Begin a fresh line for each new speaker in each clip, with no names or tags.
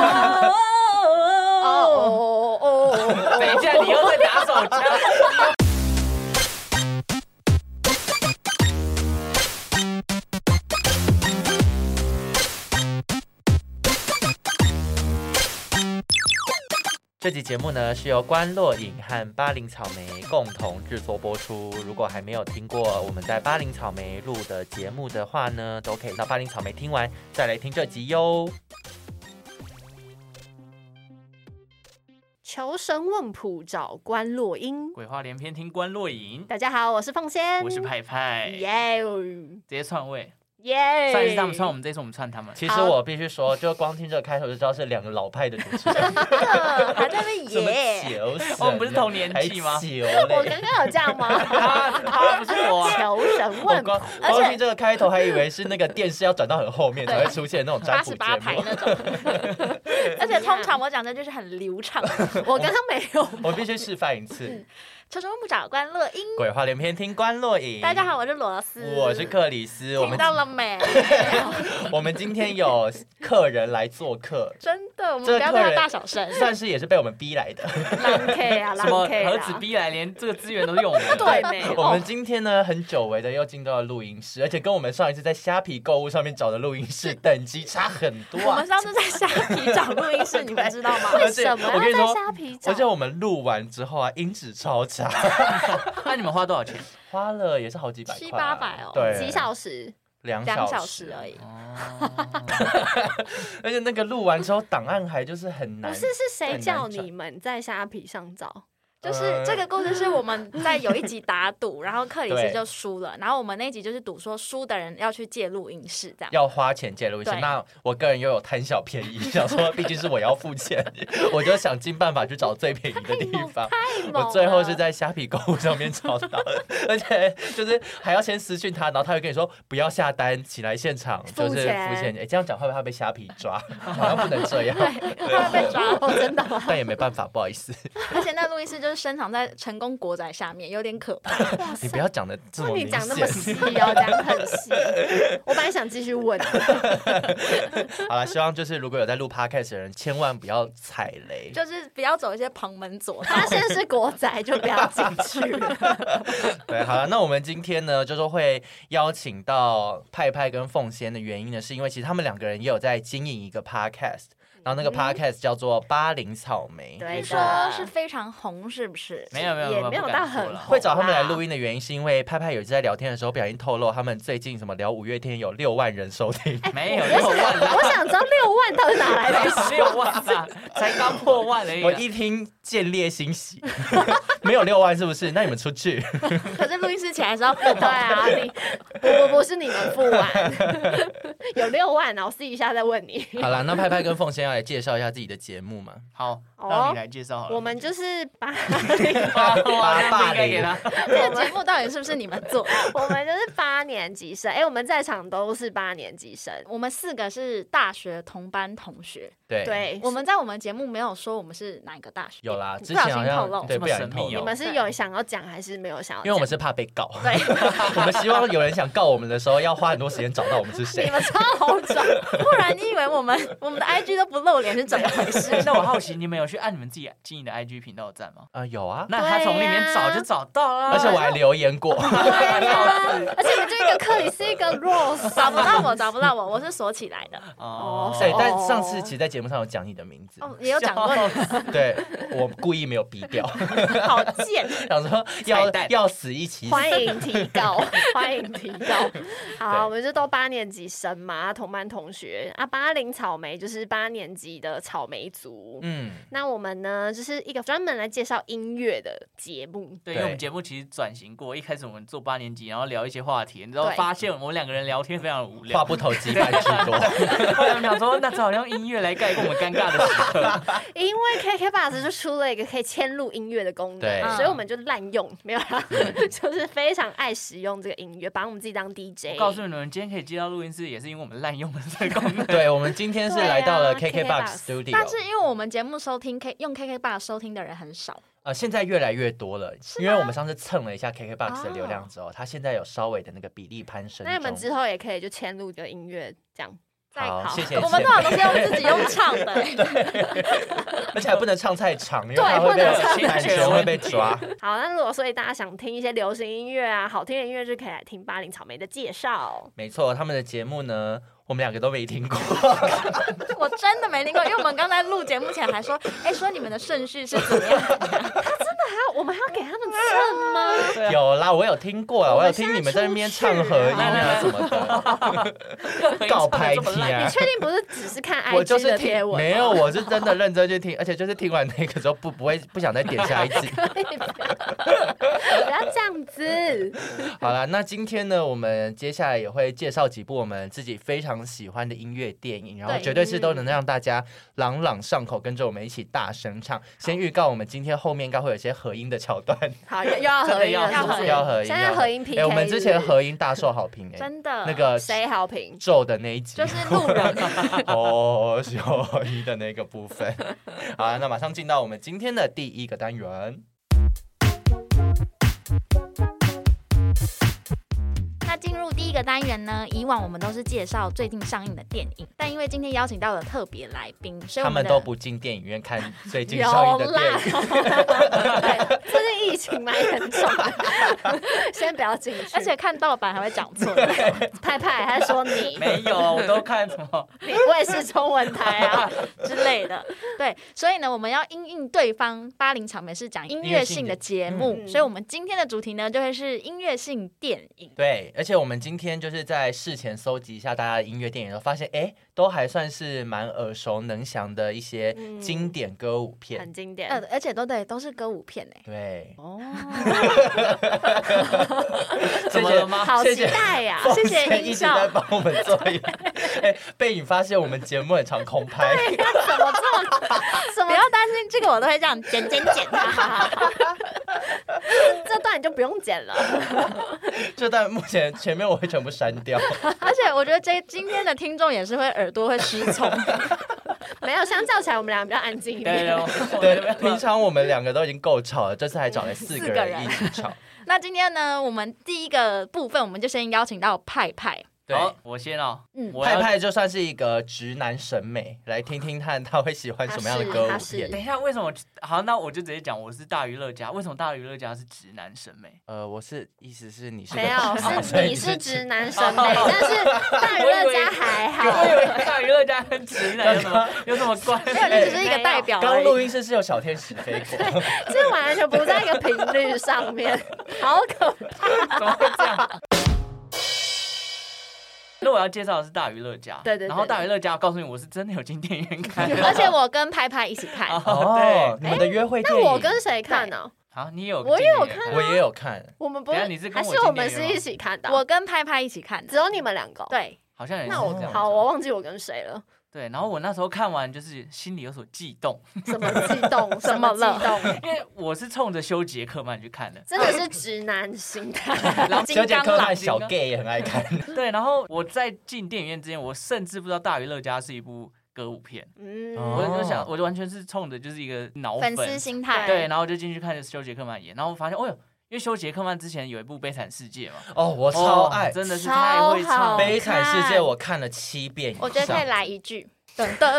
哦哦
等一下，你又在打手枪。这集节目呢是由关洛影和巴林草莓共同制作播出。如果还没有听过我们在巴林草莓录的节目的话呢，都可以到巴林草莓听完再来听这集哟。
求神问卜找关洛英。
鬼话连篇，听关洛影，
大家好，我是凤仙，
我是派派，直
耶
接篡位。
耶！
上一次他们篡我们，这次我们 篡他们。
其实
好
我必须说，就光听这个开头就知道是两个老派的主持人，
还在那边
什么
耶。
球神啊？
哦我们不是同年纪吗
还球
我
嘞！
刚刚有这样吗？
他不是我啊，
求神
我
问卜
光，
而
光
且
听这个开头，还以为是那个电视要转到很后面才会出现那种占
八
卜
十
节
八排
目。
那种。 而且通常我讲的就是很流畅。
我刚刚没有。
我必须示范一次，
求神问卜找关乐音，
鬼话连篇，听关洛影。
大家好，，我是罗斯，
嗯我是克里斯。我
听
们
到了没？
我们今天有客人来做 客，
真的，我们
这个
不要
客
对
人
他大小 声。
算是也是被我们逼来的。
狼 K 啊，
什么
狼 K
何子
啊，
逼来，连这个资源都用 我们。
对哦没？
我们今天呢，很久违的又进到了录音室，而且跟我们上一次在虾皮购物上面找的录音室等级差很多
我
啊
们。上次在虾皮找录音室，你们知道吗？
而
为
且
什么
我跟
要
你说
在虾皮找
而？且我们录完之后啊，音质超差，
那啊你们花多少钱？
花了也是好几百块啊、
七八百哦
对，
几小时，
两
两
小
小
时嗯
时而。已。
哦，
而且那个录完之后，档案还就是很难。
不是是谁
很难
叫
找
你们在虾皮上找？
就是这个故事是我们在有一集打赌，然后克里斯就输了，然后我们那一集就是赌说输的人要去借录音室这样。
要花钱借录音室，
对
那我个人又有贪小便宜， 想说毕竟是我要付钱， 我就想尽办法去找最便宜的地方。
太猛了
我最后是在虾皮购物上面找到， 而且就是还要先私讯他，然后他会跟你说不要下单，请来现场就
付
是付
钱
钱。哎、这样讲会不会被虾皮 抓？好像不能这样，
他会被抓，
哦，真的吗？
但也没办法，不好意思，
而且那录音室就是深藏在成功国宅下面，有点可怕。
哇
你
塞
不！要讲的这么
哇，
明
你
显
讲。那么细哦，讲很细。我本来想继续问，
好了，希望就是如果有在录 podcast 的人，千万不要踩雷。
就是不要走一些旁门左道。
他现在是国仔，就不要进去了。
对，好了，那我们今天呢，就是会邀请到派派跟凤仙的原因呢，是因为其实他们两个人也有在经营一个 podcast，然后那个 podcast 叫做《巴林草莓》。
对
你
的
说是非常红，是不是？
没有没有
也
有，
没有
不
到
敢
很
说了
会找他们来录音的原因，是因为派派有一次在聊天的时候不小心透露，他们最近什么聊五月天有六万人收听，
没 有
我
六万
想，我想知道六万到底哪来 的？
啦，六万啦，才刚破万而已啊
我
啦。
一听见裂欣喜， 没有六万是不是？那你们出去，
可是录音室起来是要付
对啊，你不不不是你们付完，有六万啊，我私底下再问你。
好了，那派派跟凤仙要来介绍一下自己的节目嘛？
好，
哦
让你来介绍好了。
我们就是把，
八
八
万
霸凌
不应该给他。
这个节目到底是不是你们做？
我们就是八年级生，哎、我们在场都是八年级生。
我们四个是大学同班同学，
对，
对，
我们在我们节目没有说我们是哪个大学，
有啦，之
不
前
小
好
心透露
像对
这么
不小心
神秘
透
哦
露
你们是有想要讲还是没有想要讲？
因为我们是怕被告，
对，
我们希望有人想告我们的时候，要花很多时间找到我们是
你
谁。
们超红转，不然你以为我们我们的 IG 都不露脸是怎么回 事？
那我好奇，你们有去按你们自己经营的 IG 频道的赞吗？
啊，有啊，
那他从里面找就找到了，
而且我还留言过， 啊
对呀、而且我们就一个克里斯，一个 Rose，
啊找不到我，找不到我，我是锁起来的。
哦，
对，但上次其实在节目上有讲你的名字，
哦，也有讲过你，
对我故意没有逼掉，
好贱。
想说要
彩蛋
要死一起死。
欢迎提 高，欢迎提高。
对
好，我们就都八年级生嘛，同班同学啊。八零草莓就是八年级的草莓族。
嗯，
那我们呢，就是一个专门来介绍音乐的节目。
对，因为我
对
们节目其实转型过，一开始我们做八年级，然后聊一些话题，你知道
对
发现我们两个人聊天非常无
话
聊，
不投机半句多，
后来我们想说，那只好用音乐来盖过我们尴尬的时刻。
因 为 KK Bus 就出了一个可以嵌入音乐的功
对嗯
能，所以我们就滥用，没有啦， 就是非常爱使用这个音乐，把我们自己当 DJ
我。告诉你们，今天可以接到录音室，也是因为我们滥用了这个功 能。
对，我们今天是来到了
对啊
KKBOX
KKBOX
Studio，
但是因为我们节目收听 K 用 KK 爸收听的人很少，
呃，现在越来越多了，
是
因
吗
为我们上次蹭了一下 KKBOX
哦
的流量之后，它现在有稍微的那个比例攀升中。
那你们之后也可以就嵌入这个音乐，这样
再
好，
好
谢谢。
我们
谢
多少都是用自己用唱的、
而且还不能唱太长，因为
对
它会
不能
被
唱
版权会被抓。
好，那如果所以大家想听一些流行音乐啊，好听的音乐就可以来听巴林草莓的介绍。
没错，他们的节目呢，我们两个都没听过。
我真的没听过，因为我们刚才录节目前还说，哎、说你们的顺序是怎么样？
还有啊我们还要给他们蹭 吗？
对啊
有啦，我有听过啦，我有
们
听
现在
你们在那边
出去
唱合音
来来
啊
来
什么的。告
告
白
白
题啊
你确定不是只是看
我
IG
就是
的
听
贴文啊吗？
没有，我是真的认真去听，而且就是听完那个之后不不会不想再点下一集。
可以不要 不要这样子。
好啦，那今天呢，我们接下来也会介绍几部我们自己非常喜欢的音乐电影，然后
对
绝对是都能让大家朗朗上口，跟着我们一起大声唱。先预告，我们今天后面应该会有一些合音的桥段，
好， 又又要哦合音了，
真的要
是不是？
要合音。
现在
要
合音 PK，
哎，我们之前
是不是
合音大受好评哎，
真的
那个
谁好评？
咒的那一集
就是路人，
哦，小一的那个部分。 好啊，那马上进到我们今天的第一个单元。
那进入第一个单元呢，以往我们都是介绍最近上映的电影，但因为今天邀请到了特别来宾，所以
他
我们
们
的
都不进电影院看最近上映的电影，
对，最近疫情蛮严重 的， 先不要进去。
而且看盗版还会讲错。
派派还说 你，
没有，啊我都看什么？
你我也是中文台啊，
之类的。对，所以呢，我们要因应对方八零草莓是讲音乐性的节目，
嗯
所以我们今天的主题呢就会是音乐性电影。
对，而且我们今天就是在事前搜集一下大家的音乐电影，然后发现，哎，都还算是蛮耳熟能详的一些
嗯
经典歌舞片。
很经典。
呃，而且都对，都是歌舞片哎、
对，
哦，
怎么了吗？
好
啊谢
期
谢
待 呀、
凤
谢 谢
仙
音
一直
效
在帮我们做一， 哎，被你发现我们节目很常空拍。
怎么这么怎
不
么
要担心，这个我都会这样剪剪 剪，哈哈哈
这段你就不用剪了？
就但目前前面我会全部删掉。
而且我觉得这今天的听众也是会耳朵会失 聪，
没有，相较起来我们俩比较安静一
对对
点。
对 我，
对，
我
平常我们两个都已经够吵了，这次还找来四个
四个
人
人
一起吵。
那今天呢，我们第一个部分我们就先邀请到派派，
对，
好，我先哦。
嗯
我要
派派就算是一个直男审美，来听听看他会喜欢什么样的歌舞
他是他
片
是。
等一下，为什么？好，那我就直接讲，我是大娱乐家。为什么大娱乐家是直男审 美？
呃，我是意思是你是个
没
直男
有，
所
是
以
你是
直
直男审美，但是大娱乐家还
我以
好。
为大娱乐家跟直男有 什么有什么关 系
没？有，你只是一个代表而
刚录
已。
音室是有小天使飞过，
这完全不在一个频率上面，好可
怎么会这样？那我要介绍的是大娱乐家，
对对对
然后大娱乐家，我告诉你，我是真的有进电影院看的。
而且我跟派派一起看，
哎
哦，你们的约会电
那
影，
我跟谁看呢、
好，你有进
我
电影
有
院
看
我也有看，
我们不
等一下你是跟
还是
我进
我们
电
是
影院
一起看的啊？
我跟派派一起看的
只。有你们两个哦。
对，
好像也是
那
这
我
样
样。
好，我忘记我跟谁了，
对，然后我那时候看完就是心里有所悸 动，
什么激 动，
怎么
么
了
激动，
因为我是冲着修杰克曼去看的。
真的是直男心态。
然后
小姐科看小
金刚
gay 也很爱看，
对，然后我在进电影院之前，我甚至不知道《大娱乐家》是一部歌舞片，
嗯，
哦
我就想，我就完全是冲着就是一个脑
粉丝心态。
对，然后就进去看修杰克曼演，然后我发现，哦哟，因为修杰克曼之前有一部《悲惨世界》嘛，
哦，我超爱
哦真的是
超
太会
好
唱
《
了。
悲惨世界》，我看了七遍以上。
我觉得可以来一句。 噔噔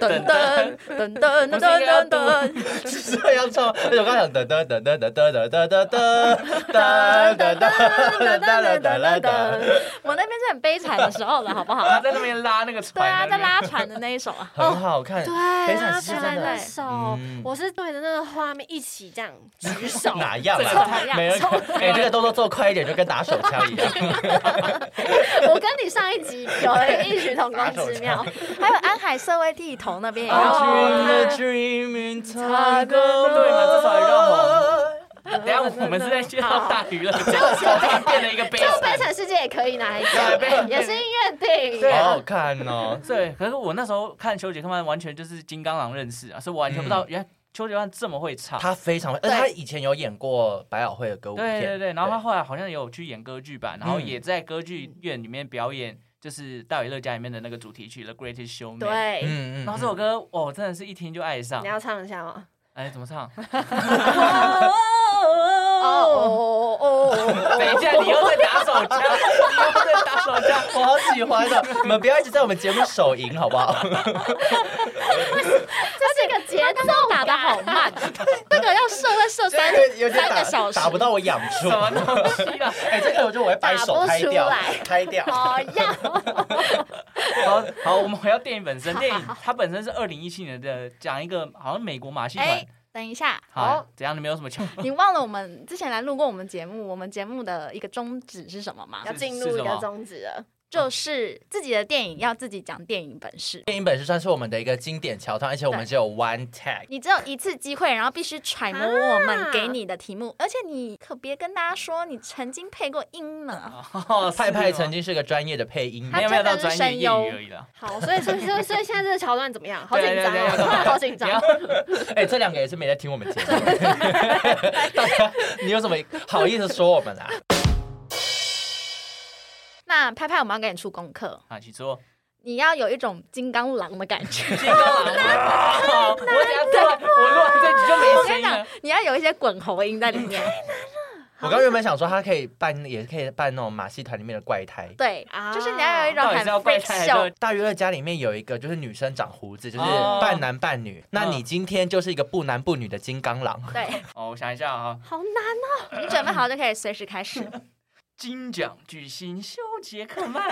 噔噔噔噔噔噔噔，
是这样唱吗，而且我刚想噔噔噔噔噔噔噔噔噔噔噔噔噔噔噔噔噔，
我那边是很悲惨的时候了，好不好？
他啊在那边拉那 个
对
船，
啊，在
那边
拉船的那一首啊，
很好看
对，。
非
啊，
常
非
是
常
真的
的手
嗯，
我是对着那个画面一起这样举手，
哪样
这
啊
个？
怎么样
没有，哎，这个动作做快一点，就跟打手枪一样。
我跟你上一集有异曲同工之 妙，
还有安海社会地头那边也
I
有
dream
看
a。dream in
差不
time。
多
对嘛至少也让等一
啊
下我们是在介绍大娱乐家，
是
然后突然变成一个悲
就悲
惨。
惨世界也可以拿来
对
讲，
悲
也是音乐电影
对
好
啊。
好看哦。
对，可是我那时候看修杰克曼，完全就是金刚狼认识啊，所以我完全不知道原来修杰克曼这么会唱。
嗯他非常会，而且他以前有演过百老汇的歌舞
对
片，
对对，然后他后来好像也有去演歌剧版，然后
嗯
也在歌剧院里面表演，就是《大娱乐家》里面的那个主题曲《The Greatest Showman》。，
对
对，
嗯嗯，
然后这首歌我真的是一听就爱上
你。
嗯
要唱一下吗？
哎，怎么唱？
哦哦哦哦哦
哎等一下，你又在打手枪，你又在打手枪。
我好喜欢的，你们不要一直在我们节目手淫好不好？
这是一个节
他
奏
打的好慢， 这个要射会射三
有点
三
打
个小时
打不到我痒处
什。么东西啊啦？
哎、这个我就我会把手
打不
拍
出
掉
来，
拍掉。
好呀，
好好，我们回到电影本身。电影它本身是二零一七年的，讲一个好像美国马戏团
哎。哦等一下，
好，怎样？你没有什 么枪？
你忘了我们之前来录过我们节目，我们节目的一个宗旨是什么吗？
要进
是
入
什
一个
么
宗旨了。
就是自己的电影要自己讲电影本事。
电影本身算是我们的一个经典桥段，而且我们只有 one tag。
你只有一次机会，然后必须揣摩我们给你的题目，而且你可别跟大家说你曾经配过音呢。
哦
派派曾经
经
是个专业的配音员哎
他
没有没有到
哦真的
专
是声
业业
优
余而已啦。
好，所以所以所以所以现在这个桥段怎么样？好紧
对对
张
对
哦，
对
突然好紧
你要
张。
哎、这两个也是没在听我们节目，大家你有什么好意思说我们啊？
那拍拍，我们要给你出功课，
啊，去做。
你要有一种金刚狼的感觉。
金 刚狼，我等下突然我录完这集就
我
没
跟
声
你
音啊了
讲。，你要有一些滚喉音在里面。
我刚原本想说他可以扮，也可以扮那种马戏团里面的怪胎。
对
啊，
就是你要有一种
到底
很
是要怪胎
freak
还
show
是
大娱乐家里面有一个就是女生长胡子，就是
哦
半男半女。那
嗯
你今天就是一个不男不女的金刚狼。
对
哦，我想一下啊，
好难哦，
你准备好就可以随时开始。
金奖巨星休·杰克曼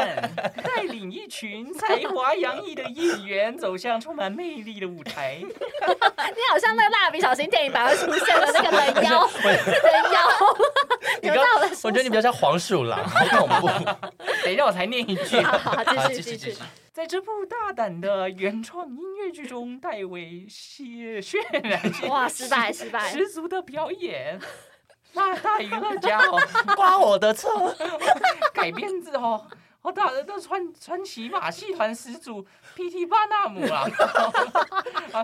带领一群才华洋溢的演员走向充满魅力的 舞台。
你好像那个蜡笔小新电影版会出现的那个人 妖，人 妖，你
你
们知
刚
道我在说什么？
我觉得你比较像黄鼠狼，好恐怖。
等一下我才念一句。
好好好
好，
继续
继续
继
继
续
续。。
在这部大胆的原创音乐剧中，戴维谢渲染性
哇，失 败失败，
十足的表演。 那大娱乐家哦，
刮我的车，
改编自哦， 好大的那传传奇马戏团始祖 P.T. 巴纳姆啦，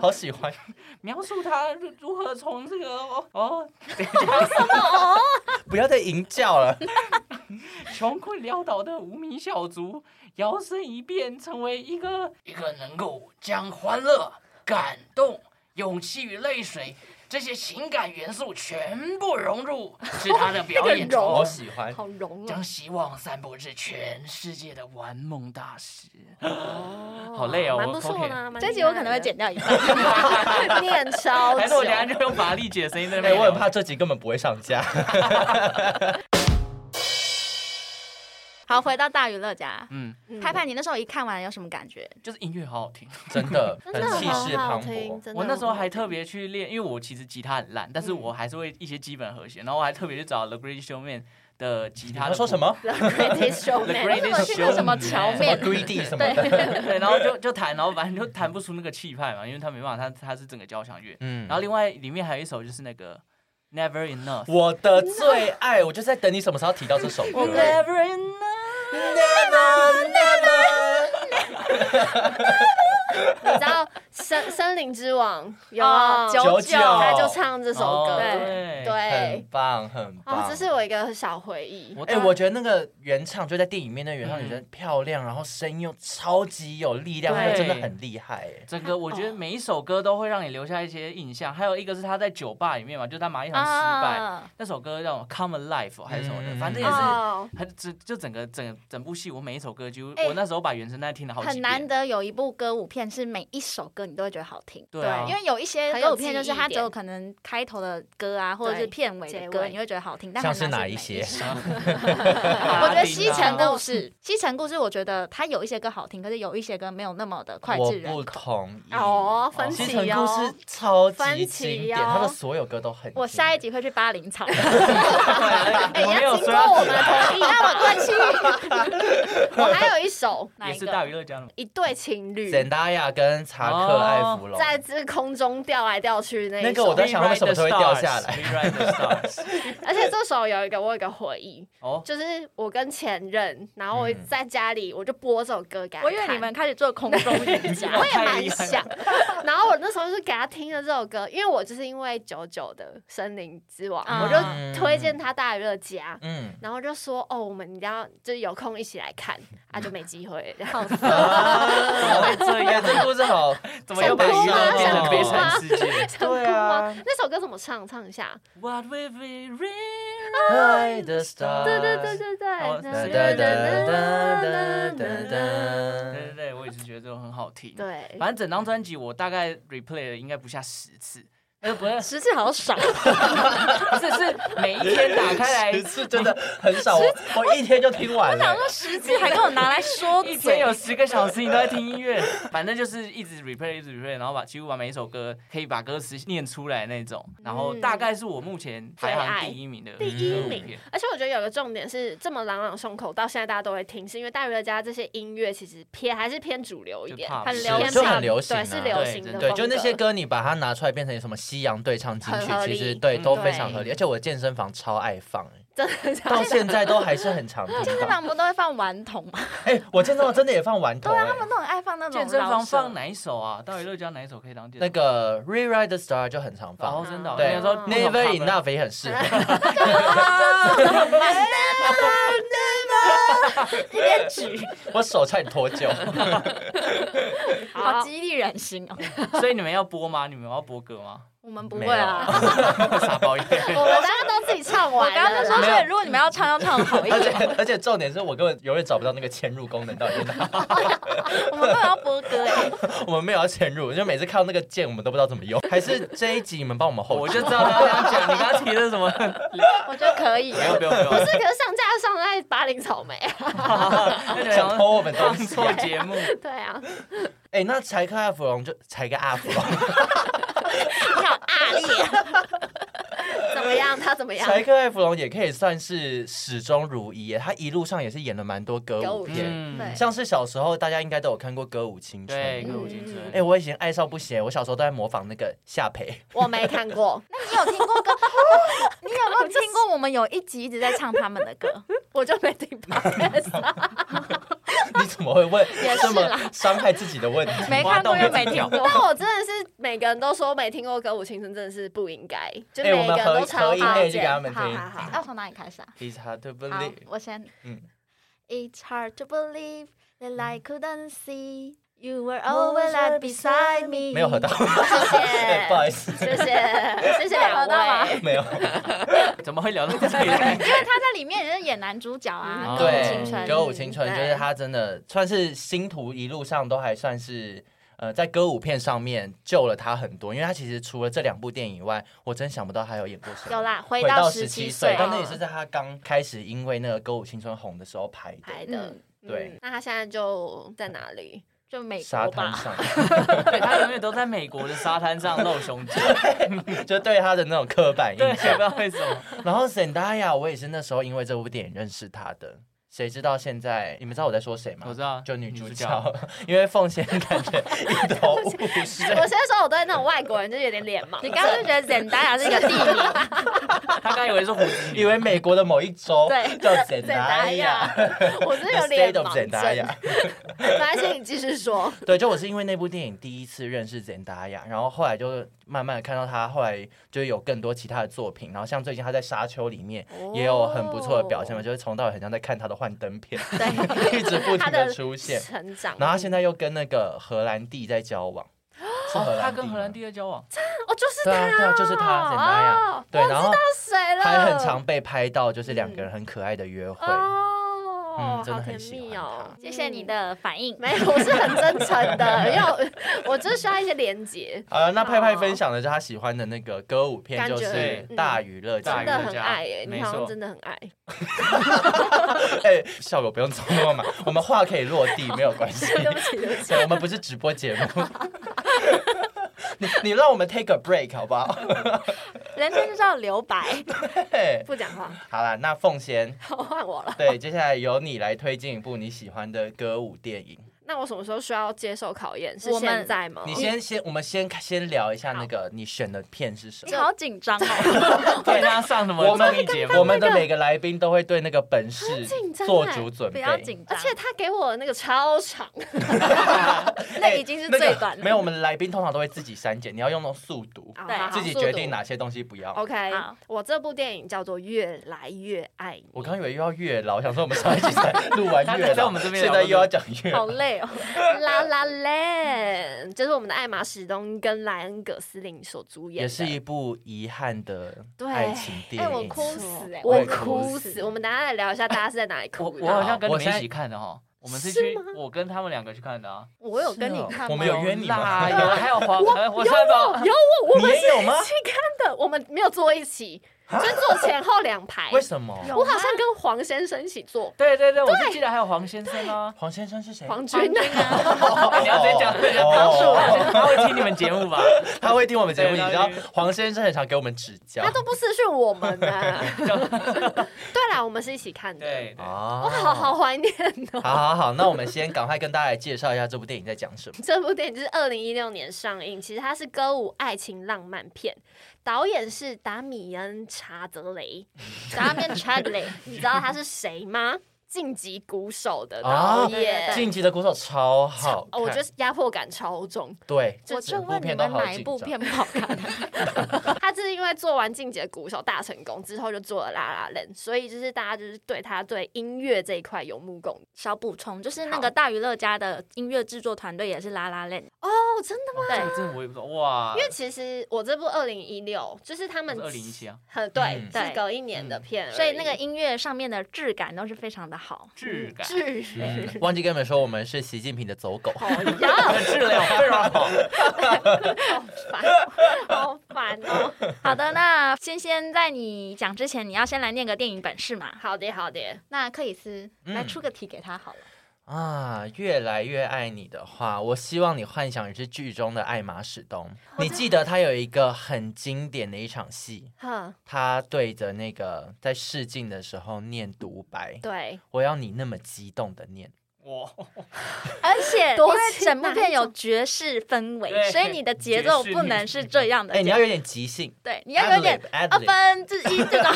好喜欢。
啊 描述他如如何从这个哦哦
不要再吟叫了。
穷困潦倒的无名小卒，摇身一变成为一个一个能够将欢乐、感动、勇气与泪水这些情感元素全部融入，是他的表演
那个
好
中
融。
喜欢。
好融
将
啊！
希望散播至全世界的玩梦大师，
哦
好累哦
蛮
我
不错
OK
呢。蛮
这集
厉害
我可能
的
会剪，掉一 半。
念 超
还是
久
哎我等。下就用法力姐的声音在 那
哎、
边哦
我
聊？
很怕这集根本不会上架。
好，回到大娱乐家，
嗯，
嗯
拍拍，你那时候一看完有什么感觉？
就是音乐好好听。
真的
真
很
的
气
很
势
好
磅
听
礴。，
真的
我那时候
很好
还
听嗯
特别去练，因为我其实吉他很烂，但是我还是会一些基本和弦，然后我还特别去找 The Great Showman 的吉他
他
的
说
谱
什？么
The Greatest
The
Showman，
Greatest
我 去过什么桥
什么
面？
greedy 什么的，
对，然后就就弹，然后反正就弹不出那个气派嘛，因为他没办法，他他是整个交响乐。
嗯
然后另外里面还有一首就是那个 Never Enough。
我的最爱，我就是在等你什么时候提到这首歌。
Never enough，
Never never，
你知道《森森林之王》有
哦
啊
九
九九
他就唱这首歌，
哦对
很
对，
棒很棒。
哦，这是我一个小回忆。
我
哎、
当
我觉得那个原唱就在电影里面，那个原唱
嗯
女生漂亮，然后声音又超级有力量，
对
她真的很厉害哎。
整个我觉得每一首歌都会让你留下一些印象。还有一个是他在酒吧里面嘛，就是他马戏团失败
啊，
那首歌叫《Come Alive》还是什么的，
嗯
反正也是
哦，
很整就整个整整部戏，我每一首歌几乎
哎
我那时候把原声带听了好几
很难
遍。
得有一部歌舞片是每一首歌你都会觉得好听。
对啊
因为有一些
很有
歌舞片就是它
记忆
只
点
有可能开头的歌啊，或者是
对
片尾
结
的
尾
歌，你会觉得好听，但
像
很难
是哪
每
一些
首我
我
觉
啊
得《西城
跟
故事》，《西城故事》我觉得它有一些歌好听，可是有一些歌没有那么的脍
我
炙人
不
口。
同意。
哦，分
西
歧
城故
哦
事，超
分
级
歧
经典，
哦
他的所有歌都很经典。
我下一集会去巴林草，
哎，
我没
要
有
经
说
过
要
我们的同意，让我过去。 我还有一首
哪
也
一
是大
个？
娱乐家的吗？
一对情侣
Zendaya 跟查克艾弗隆，
在这空中掉来掉去
哎
那一
那个
首
我在想他们什么时候会掉下
We Ride the Stars。
而且这首有一个我有一个回忆，
哦，
就是我跟前任，然后我
嗯
在家里我就播这首歌给他
我以为
看。
你们开始做空中瑜伽
我也
太
蛮
厉害了
想，然后我那时候就给他听了这首歌，因为我就是因为九九的《森林之王》，
嗯
我就推荐他大娱乐家，
嗯，
然后就说哦，我们一定要就是有空一起来看，啊就没机会， 然后
啊，怎么会这样？这故事好，
怎么又把
想
娱
哭吗
乐变
想
成
哭
悲
吗
惨世界？
很哭
对啊
哦，那首歌怎么唱？唱一下。
What will we read？
爱的 star，
对对对对对
哦，
哒哒哒哒哒哒
对对
哒。
对，我也是觉得这种很好听。，
对，
反正整张专辑我大概 replay 了应该不下十次，呃，不是，
十次好少，
是是每一天打开来
十。次真的很少，我我一天就听完了。
十次还跟我拿来说
一天
嘴
有。十个小时，你都在听音乐，反正就是一直 replay，一直 replay，然后把几乎把每一首歌可以把歌词念出来那种，然后大概是我目前排行第一名的
第一
歌舞
名
片。
而且我觉得有个重点是，这么朗朗上口，到现在大家都会听，是因为大娱乐家这些音乐其实偏还是偏主流一点
就，pop
很
是
流
就很
行
流行啊
对，是流行的
对
风格。
对，就那些歌，你把它拿出来变成什么西洋对唱金曲
很合，
其
理
实对都非常合理。
对
而且我健身房超爱放，欸
真的假
到
的，
现在都还是很常听
健身
到。
房不都会放顽童吗？
哎，我健身房真的也放顽童，
对啊，
哎
他们都很爱放那种
健身
饶
房
舌
放哪一首啊？到底乐嘉哪一首可以当健
那
身？
个 Rewrite the Star 就很常
哦，
放
真的哦，
嗯对
应该说不同
，Never
唱的
Enough 也很适合。
一边举，
我手差点脱臼。
好
好
激励人心哦。
所以你们要播吗？你们要播歌 吗？
我们不会啊，
傻包眼。
我们大家都自己唱
我
完
刚刚
了
就说，
啦。
没有
所以如果你们要唱，要唱的好一
而
点。
且而且重点是我根本永远找不到那个嵌入功能到底在哪，
我们不能要播歌哎，
我们没有要嵌入，就每次看到那个键我们都不知道怎么用。还是这一集你们帮我们后，
我就知道他这样讲，你刚刚提的什么？
我觉得可 以。
不用不用不
不
用
是，，可是上架上在巴林草莓啊，
那你
想偷我们东
放
西。
错节目，
对啊，
哎、那柴克阿芙蓉就柴个阿芙蓉，
你 好阿烈，
啊
怎么样？他怎么样？
柴克阿芙蓉也可以算是始终如一耶，他一路上也是演了蛮多歌舞
歌舞
片，
嗯，
对
像是小时候大家应该都有看过《歌舞青春》。
对，
哎、
歌舞青春。
嗯
我以前爱上不行，我小时候都在模仿那个夏培，
我没看过，
你有听过歌？你有没有听过？我们有一集一直在唱他们的歌，
我就没听 podcast
你怎么会问
也是
这么
啦
伤害自己的问题？
没看过又没听
跳。
过。
但我真的是每个人都说没听过《歌舞青春》，真的是不应该，就
哎我
每
们
个人
合
都超
合音类
推
就
荐。
给他们
好
听
好好，
要从哪里开始啊？
It's hard to
好
believe，，
我先。
嗯。
It's hard to believe that I couldn't see you were always right beside me。
没有合到，
谢
对 不好意
谢，
思，
谢谢，谢谢两
合到吗
位。嗯
没有。
怎么会聊到这里来？
因为他在里面也是演男主角啊，
嗯
歌舞
对，
青春，
歌舞青春就
对
是他真的算是星途一路上都还算是。呃，在歌舞片上面救了他很多，因为他其实除了这两部电影以外，我真想不到还有演过什么。
有啦，回
回到
十
七
岁，啊
但那也是在他刚开始因为那个《歌舞青春》红的时候拍的，
拍的
嗯。
对
嗯，那他现在就在哪 里？
就美
沙
国
滩
吧。
上，
对他永远都在美国的沙滩上露胸肌，
就对他的那种刻板印
对，
象。
不知道为什么。
然后 Zendaya，我也是那时候因为这部电影认识他的。谁知道现在你们知道我在说谁吗？
我知道
就女主
女主
角
角，
因为凤仙感觉一头雾水。
我先说，我对那种外国人就有点脸盲。啊
你刚刚就觉得 Zendaya 是一个地 名，
他刚以为是胡子
以
女，
为美国的某一州
对
叫
z e n d
Zendaya。
啊 我真
啊 The
的有脸
State of
盲
Zendaya，
症。没关系，你继续说。
对，就我是因为那部电影第一次认识 Zendaya，然后后来就是慢慢地看到她，后来就有更多其他的作品，然后像最近她在《沙丘》里面 也有很不错的表现嘛，
哦
就是从到尾很像在看她的幻灯片，
对，
一直不
他
停的出现。
成长。
然后她现在又跟那个荷兰弟在交往，是荷兰弟吗
他跟荷兰弟在交往，
哦，就是
对啊对啊，就是她 Zendaya，、
哦
对，然后
谁了？嗯
还很常被拍到，就是两个人很可爱的约会。
哦
嗯，真的
好
很
甜
喜欢
蜜哦！
谢谢你。的反应。
没有，我是很真诚 的，因为我我就是需要一些连接，
好了，那派派分享的是他喜欢的那个歌舞片，
感觉嗯
就是《
对
大娱乐
真
家
大娱
的
乐
很
家
爱耶，你
没
好像
错
真的很 爱。
哎、效果不用做那么满， 我们话可以落地，没有 关系。
对不起，对不起。
对我们不是直播节目。 你你让我们 take a break 好不好？
人生就是要留白，
嘿
不讲话，
好啦，那凤仙，
好换我了。
对，接下来由你来推荐一部你喜欢的歌舞电影。
那我什么时候需要接受考验？是
我们
现在吗？
你先先，我们先先聊一下那个你选的片是什
你
么。
好紧张哦。
对他上什么
我们
综艺节
我
目？
们的每个来宾都会对那个本事
紧张
做
哎
足准
啊不
备。
要紧
而
张，
且他给我的那个超长，
那已经是最短
那
了。
个没有，我们来宾通常都会自己删减，你要用那种速读，
好
对
好好
自己
速
决
读
定哪些东西不要。
OK，
好
我这部电影叫做《越来越爱你》。
我刚以为又要月老，我想说我们上一集才录完
他
月
在
老，
我们这 边
现
聊
在
过
又要
这
讲月
好
老。
累累 哦。
La La Land，就是我们的艾玛史东跟莱恩葛斯林所主演的，
也是一部遗憾的
对
爱情
哎、
电影。
我哭死哎、
我
我
也
哭死。我们等一下来聊一下大家是在哪里
我
哭的。
我好像跟你
我
们
现在
一起看的哈，我们是
是
去
吗
我跟他们两个去看的啊。
我有跟你看吗？
我 们有啊约你吗
啦，有呃还有黄还有黄山宝，
哦有我，我
你
们
也
是
有吗
一起看的，我们没有坐一起，就是坐前后两排。
为什么？
有
我好像跟黄先生一起坐，
对对对，我就记得还有黄先生
哎
啊。
黄先生是谁？
黄啊
君
军 的。
啊
哦你要直接讲，对
哦
他会听你们节目吧？
他会听我们节目，你
对
知道黄先生很常给我们指教
他。都不私讯我们呢、 对啦，我们是一起看的。
对，对
哦
我好好怀念哦。
好好好，那我们先赶快跟大家来介绍一下这部电影在讲什么。
这部电影就是二零一六年上映，其实它是歌舞爱情浪漫片，导演是达米恩·查泽雷。
然后变 Chadley，
你知道他是谁吗？晋级鼓手的导演，
对
晋级的鼓手超好
哦
看，
我觉得压迫感超重。
对，
我
整
就
部
问你
片都
们
好
哪一
紧
部
张
片不好看？啊
他就是因为做完晋级的鼓手大成功之后，就做了啦啦人，所以就是大家就是对他对音乐这一块有目共睹。
小补充就是那
好
个大娱乐家的音乐制作团队也是拉拉链，
哦，真的吗？
哦这个真的我也不知道哇
因。为其实我这部二零一六就是他们
二零一七啊，
很对嗯
嗯，
是隔一年的
呃
片而已，
所以那个音乐上面的质感都是非常的 好。
质感
剧
嗯忘记跟你们说，我们是习近平的走狗。
好呀，
质量非常 好。
好烦，哦好烦哦。
好的，那先先在你讲之前，你要先来念个电影本事嘛。
好的，好的，
那克里斯
嗯
来出个题给他好了。
啊，越来越爱你的话，我希望你幻想你是剧中的艾玛史东。你记得他有一个很经典的一场戏，
哼，
他对着那个在试镜的时候念独白，
对，
我要你那么激动的念。
哇，
而且因
多
为
情
整部
哪
片
一
有
种
爵士氛
对
围，所以你的节
爵
奏
士
不
女
能是这样的 节奏。
哎、你要有点即兴，
对，你要有点哦
ad-lib，
二
ad-lib
分之一这种，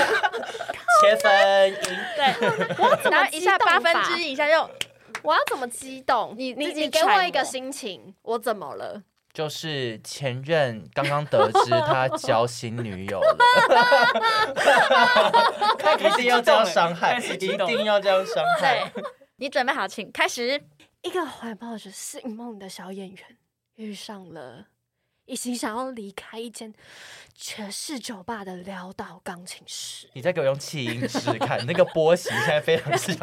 切分赢。
对，
怎么
然后一下
激动
八分
法
之一，一下又
我要怎么激动？
你
你
自己
你给
揣
我
摩
一个心情，我怎么了？
就是前任刚刚得知 他交新女友了，一定要这样伤害，
开始
一
激动了
定要这样伤害。
对。你准备好，请开始。
一个怀抱着性梦的小演员遇上了一心想要离开一间爵士酒吧的潦倒钢琴师。
你再给我用气音试试看，那个波形现在非常 小，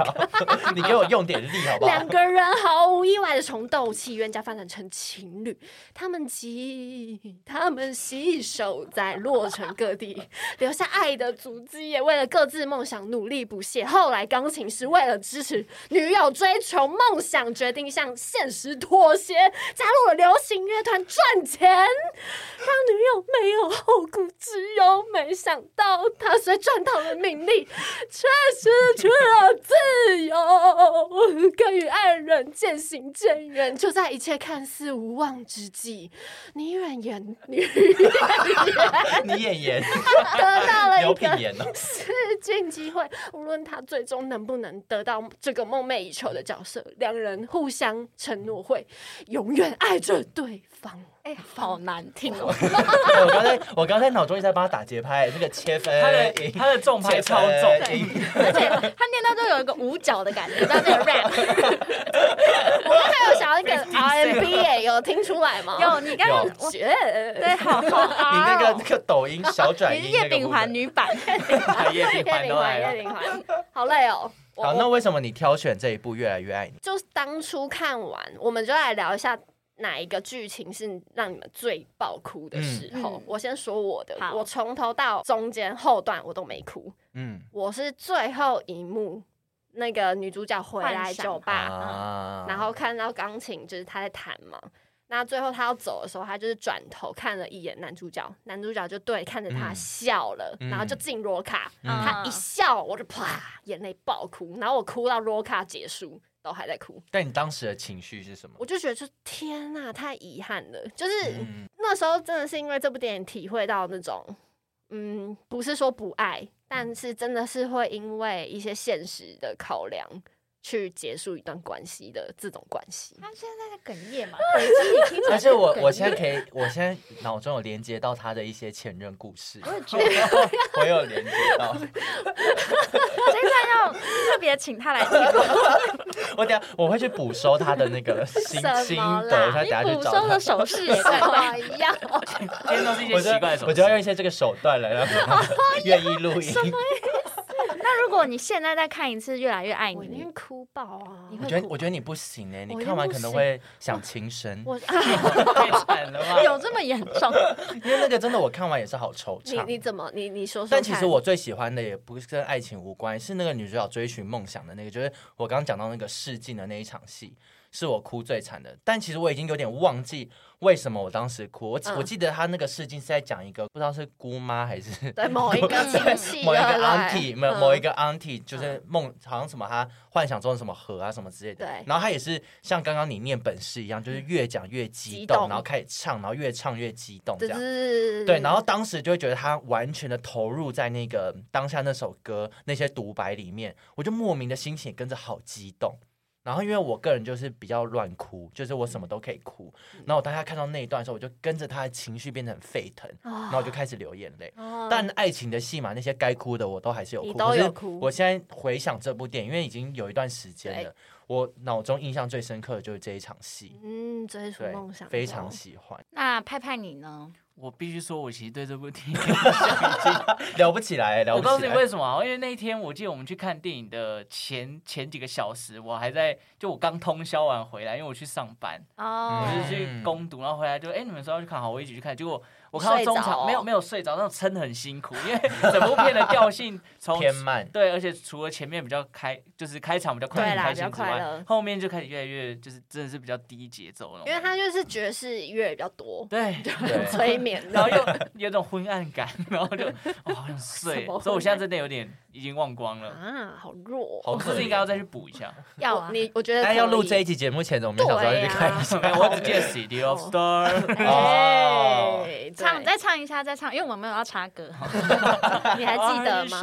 你给我用点力好不好
两？个人毫无意外的从斗气冤家发展成情侣，他们及他们携手在洛城各地留下爱的足迹，也为了各自梦想努力不懈。后来，钢琴师为了支持女友追求梦想，决定向现实妥协，加入了流行乐团赚钱，让女友没有后顾之忧。没想到，他虽赚到了名利，却失去了自由，更与爱人渐行渐远。就在一切看似无望之际，倪远 言女
你演员，
得到了
刘
一
品
个
言哦，
试镜机会。无论她最终能不能得到这个梦寐以求的角色，两人互相承诺会永远爱着对 方。
哎，好难听哦！
哎我刚才我刚才脑中一直在帮他打节拍，那个切分
他的
赢，
他的重拍
切
超
分
重，
赢
而且他念到就有一个五角的感觉，在 那个 rap。
我刚才有想要一个 R&B 耶，有听出来吗？
有，你刚刚
有
我
绝
对，好好
你那
好
个那个抖音小转
你是
音，
叶秉环。女版，
他夜
叶
景环
灵
都
环，
来
叶
了。
灵环，好累哦。我
啊好，那为什么你挑选这一部《越来越爱你》？
就是当初看完，我们就来聊一下哪一个剧情是让你们最爆哭的时候。
嗯嗯
我先说我的，
好
我从头到中间后段我都没哭，
嗯
我是最后一幕那个女主角回来
幻想
酒吧，嗯
啊
然后看到钢琴就是她在弹嘛。那最后她要走的时候，她就是转头看了一眼男主角，男主角就对看着她
嗯
笑了，
嗯
然后就进罗卡，
嗯
她一笑我就啪眼泪爆哭，然后我哭到罗卡结束都还在哭。
但你当时的情绪是什么？
我就觉得就天呐、太遗憾了。就是、
嗯
那时候真的是因为这部电影体会到那种，嗯，不是说不爱，但是真的是会因为一些现实的考量，去结束一段关系的这种关系。
他现在在哽咽嘛？ 耳机里听起来
而且我
就哽咽
我现在可以，我现在脑中有连接到他的一些前任故事，
我也觉得
我有连接到。
这段要特别请他来提 供。
我等下我会去捕收他的那个心
什
心
么
得，
啦
他等下去
捕
找
收的
他。
手势也 怪 怪。
什 一样？
今天都是一些
我
奇
就
怪的手
我就要用一些这个手段来让
哦
他愿意录音。
那如果你现在再看一次《越来越爱
我
你
宁愿》，哭爆啊！
我觉得我觉得你不行哎，你
我
看
就
完
不
可能
行
会想轻生，
我啊
太惨了吧？
哎有这么严重？
因为那个真的我看完也是好惆
你你
怅。
怎么你你说说看？
但其实我最喜欢的也不是跟爱情无关，是那个女主角追寻梦想的那个，就是我刚刚讲到那个试镜的那一场戏，是我哭最惨的。但其实我已经有点忘记为什么我当时哭，我、我
嗯
记得她那个试镜是在讲一个不知道是姑妈还是
对某 一个亲戚，
某一
对
个
不对
auntie，某
嗯
某一个 auntie 就是梦，好像什么他幻想中的什么河啊什么之类的。
对嗯
然后他也是像刚刚你念本诗一样，就是越讲越激
激
动，
动
然后开始唱，然后越唱越激动这
对
样。
对
对，然后当时就会觉得他完全的投入在那个当下那首歌那些独白里面，我就莫名的心情也跟着好激动。然后因为我个人就是比较乱哭，就是我
嗯
什么都可以哭。然后我当下看到那一段的时候，我就跟着他的情绪变得很沸腾，
啊
然后我就开始流眼泪。
哦
但爱情的戏嘛，那些该哭的我都还是有哭。
你都
可是
有哭
我现在回想这部电影，因为已经有一段时间了
对，
我脑中印象最深刻的就是这一场戏，
嗯，追逐
对
梦，想
非常
哦
喜欢，
那派派你呢？
我必须说，我其实对这部电影，
聊不起来，聊
我
不
告
起
诉你
来
为。什么啊，因为那一天我记得我们去看电影的前前几个小时，我还在就我刚通宵完回来，因为我去上班，
哦
我
嗯
就是去攻读，然后回来就哎、你们说要去看，好，我一起去看。结果我看到
睡
中
着
场
哦
没有没有睡着，那种撑得很辛苦，因为 整部片的调性从
偏 慢，
对，而且除了前面比较开，就是开场比较快
对
很
啦
开心
比较
之
快
外
乐，
后面就开始越来越就是真的是比较低节奏了，
因为他就是爵士乐比较多，
对。
对
催眠
然
的
后。又 有种昏暗感，然后就哦好想睡，
什么昏暗
所以我现在真的有点已经忘光了，
啊，好弱！
好
我是
可
不是应该
怜。
要再去补一下？
要啊
我，你我觉得
但要录这一
集，
期节目前，我们想说要去看一下。
没有，我只记得 City of Star，
哦
哎
唱
对
再唱一下，再唱，因为我们没有要插歌。
你还记得吗？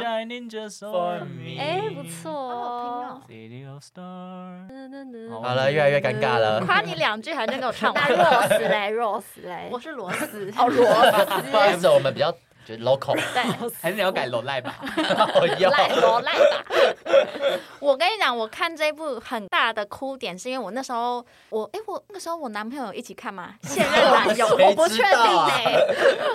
哎，不错
好好
哦，
，City of Star，
好
好了，越来越尴尬了。
夸你两句，还能给我唱
那
完？
弱死嘞，弱死嘞！
哦我是螺丝，
哦，弱
不好意思，我们比较就是 local，
还是你要改 l o 赖吧？
好要
赖罗赖吧。我跟你讲，我看这部很大的哭点是因为我那时候我哎、我那个时候我男朋友有一起看 嘛，现任男友，
谁
我不
知
确定
道啊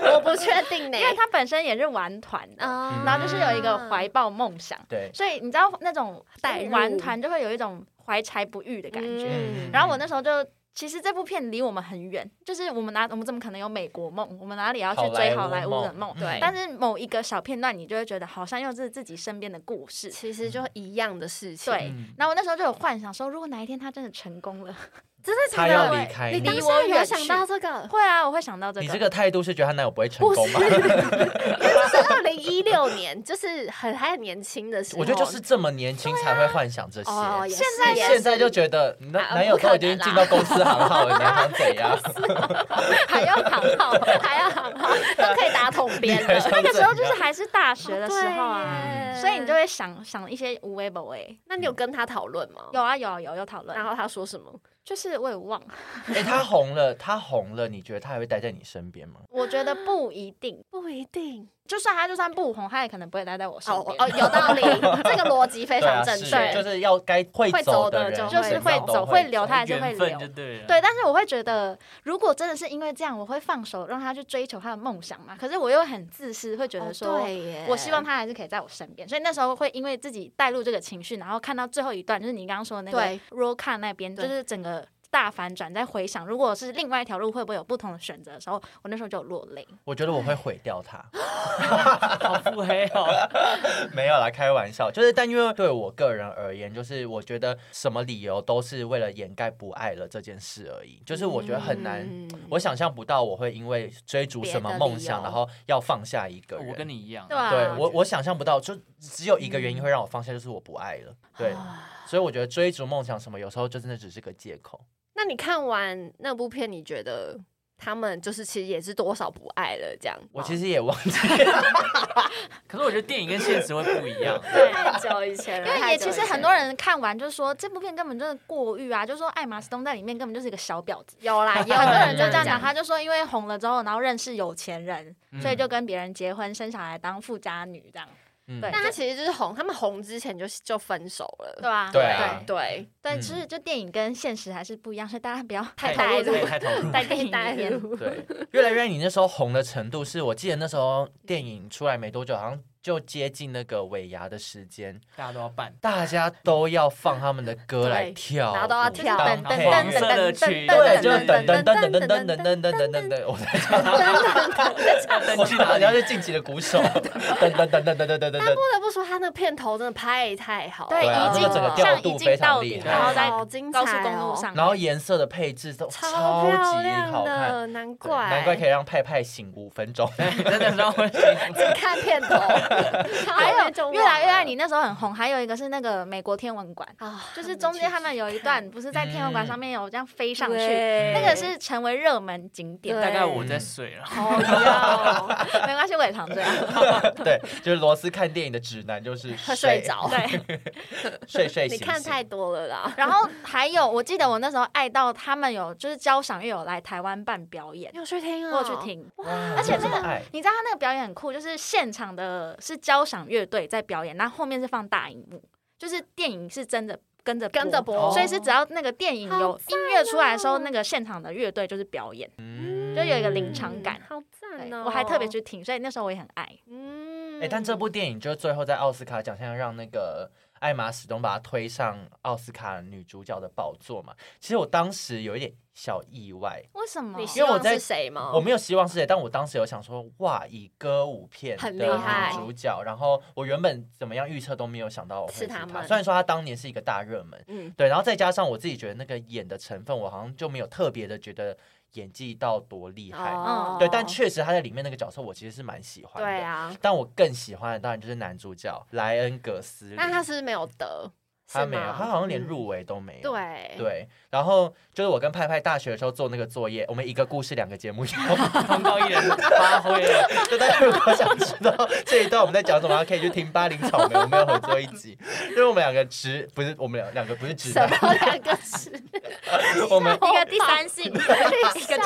呢，我不确定呢
因。为他本身也是玩团的，
嗯
啊
然后就是有一个怀抱梦想，
对，
所以你知道那种
带入
玩团就会有一种怀才不遇的感觉。
嗯
然后我那时候就。其实这部片离我们很远，就是我们哪我们怎么可能有美国梦？我们哪里要去追好莱坞的梦？
嗯对
但是某一个小片段，你就会觉得好像又是自己身边的故事。
其实就一样的事情，
对，
嗯
然后我那时候就有幻想说，如果哪一天他真的成功了，
真的
他
假
要
的？
离开
你
你
当
离
下
我
有
远
想
去
到这个？
会啊，我会想到这个。
你这个态度是觉得他男友不会成功吗？
是二零一六年，就是很还很年轻的时候。
我觉得就是这么年轻才会幻想这些。
哦，也是
现在
也是
现在就觉得你男
啊
男友
不可能
都已经进到公司行号了，你还想怎样？
还要躺好，
还要好好都可以打桶边
你还
了。
想
那 个时候就
怎
是
样
还是大学
哦
的时候啊，
嗯
所以你就，会想想一些无微不微。
那你有跟他讨论吗？，
有啊有啊有有讨论，
然后他说什么？
就是我也忘了，
哎，他红了，他红了，你觉得他还会待在你身边吗？
我觉得不一定，
不一定。
就算他就算不红，他也可能不会待在我身
哦
边。
哦，有道 理，这个逻辑非
对啊，
常正
是
确。
就是要该会
会
走
走的
人，
就
就是
会
会
走
走
会
会留，他还是会
缘分就
留。
对了。
对，但是我会觉得，如果真的是因为这样，我会放手让他去追求他的梦想嘛。可是我又很自私，会觉
啊
哦
得说，
对耶
我希望他还是可以在我身边，所以那时候会因为自己带入这个情绪，然后看到最后一段，就是你刚刚说的那个
对
roll c a 那边，就
对
是整个大反转，在回想如果是另外一条路，会不会有不同的选择的时候，我那时候就有落泪。
我觉得我会毁掉他。
好腹黑哦，
没有啦，开玩笑，就是但因为对我个人而言，就是我觉得什么理由都是为了掩盖不爱了这件事而已，就是我觉得很难。
嗯
我想象不到我会因为追逐什么梦想，
别的理由
然后要放下一个人。
我跟你一样，
对啊
对我，我想象不到，就只有一个
嗯
原因会让我放下，就是我不爱了。对，
啊
啊
所以我觉得追逐梦想什么，有时候就真的只是个借口。
那你看完那部片，你觉得他们就是其实也是多少不爱了这样。哦
我其实也忘 记，
可是我觉得电影跟现实会不一样。
太久以前了，
因为
太
也
久以
其实
前
很多人看完就说这部片根本就是过誉啊，就说艾玛斯通在里面根本就是一个小婊子。
有 啦，也有
很多
人
人就这样讲， 他就说因为红了之后，然后认识有钱人，
嗯
所以就跟别人结婚生小孩当富家女这样，
嗯
对
但他其实就是红，他们红之前就就分手了。
对吧？
对啊
对，
对，
嗯
其实就电影跟现实还是不一样，所以大家不要太
太
投
带
入
太太投入了。
在电影里
带
面。
入
对，越来越爱你那时候红的程度是，我记得那时候电影出来没多久，好像就接近那个尾牙的时间，
大家都要办。
大家都要放他们的歌来跳舞，
然后都要
就是
跳
当
等等
配
黄
等
乐
色的
等
曲
等
对，
等
就是等
等
等
等
等等等等等等等等等，我在唱，我去哪里？要是晋级的鼓手，等等等等等等等等等，
不得不说，他那片头真的拍太好了，
对
对啊
一
那个整个
镜
调
像
度
一
非
镜
常
到
厉
底，
害
然后在
好精彩
高
哦
速公路上，
然后颜色的配置都
超
超
漂
级
亮
好看，
的，难怪
难怪可以让派派醒五分钟。
真的让我
只看片 头，
还
还
有越来越爱你那时候很红，还有一个是那个美国天文馆，
啊，
就是中间他们有一段不是在天文馆上面有这样飞上去，
对
那个是成为热门景点。
对
大概我在睡了。
哦， 要没关系，我也常啊这样。
对，就是罗斯看电影的指南就是
他睡，着，
对，
睡睡
你
醒，
看太多了 啦。
然后还有，我记得我那时候爱到他们有就是交响乐有来台湾办表演
你，有去听啊？
我有去，听。
而
且那个
爱。
你知道他那个表演很酷，就是现场的是交响乐队在表演，然后后面是放大荧幕，就是电影是真的跟着
跟着播
所以是只要那个电影
好
有音乐出来的时候，那个现场的乐队就是表演，
嗯
就有一个临场感。
好赞
对
哦！
我还特别，去听，所以那时候我也很爱。
嗯
哎、但这部电影就最后在奥斯卡奖项让那个艾玛始终把她推上奥斯卡女主角的宝座嘛。其实我当时有一点小意外，
为什么
你？希
因为我
望
在
是谁吗？
我没有希望是谁，但我当时有想说，哇，以歌舞片的
很厉害
女主角，然后我原本怎么样预测都没有想到我会
是她
她
们
虽然说她当年是一个大热门，
嗯，
对，然后再加上我自己觉得那个演的成分，我好像就没有特别的觉得演技到多厉害。
哦
对，但确实她在里面那个角色，我其实是蛮喜欢的。
对啊，
但我更喜欢的当然就是男主角莱恩·葛斯林，
但他是不是没有得，
他
是
没有，
吗
他好像连
嗯
入围都没有。
对
对，然后就是我跟派派大学的时候做那个作业，我们一个故事两个节目用，
通告艺人发挥了，
就大家如果想知道这一段我们在讲什么，可以去听《八零草莓》，我们有合作一集，因为我们两个直不是我们两两个不是直
什
男，
么两个 字？
我们
一个第三性，一个直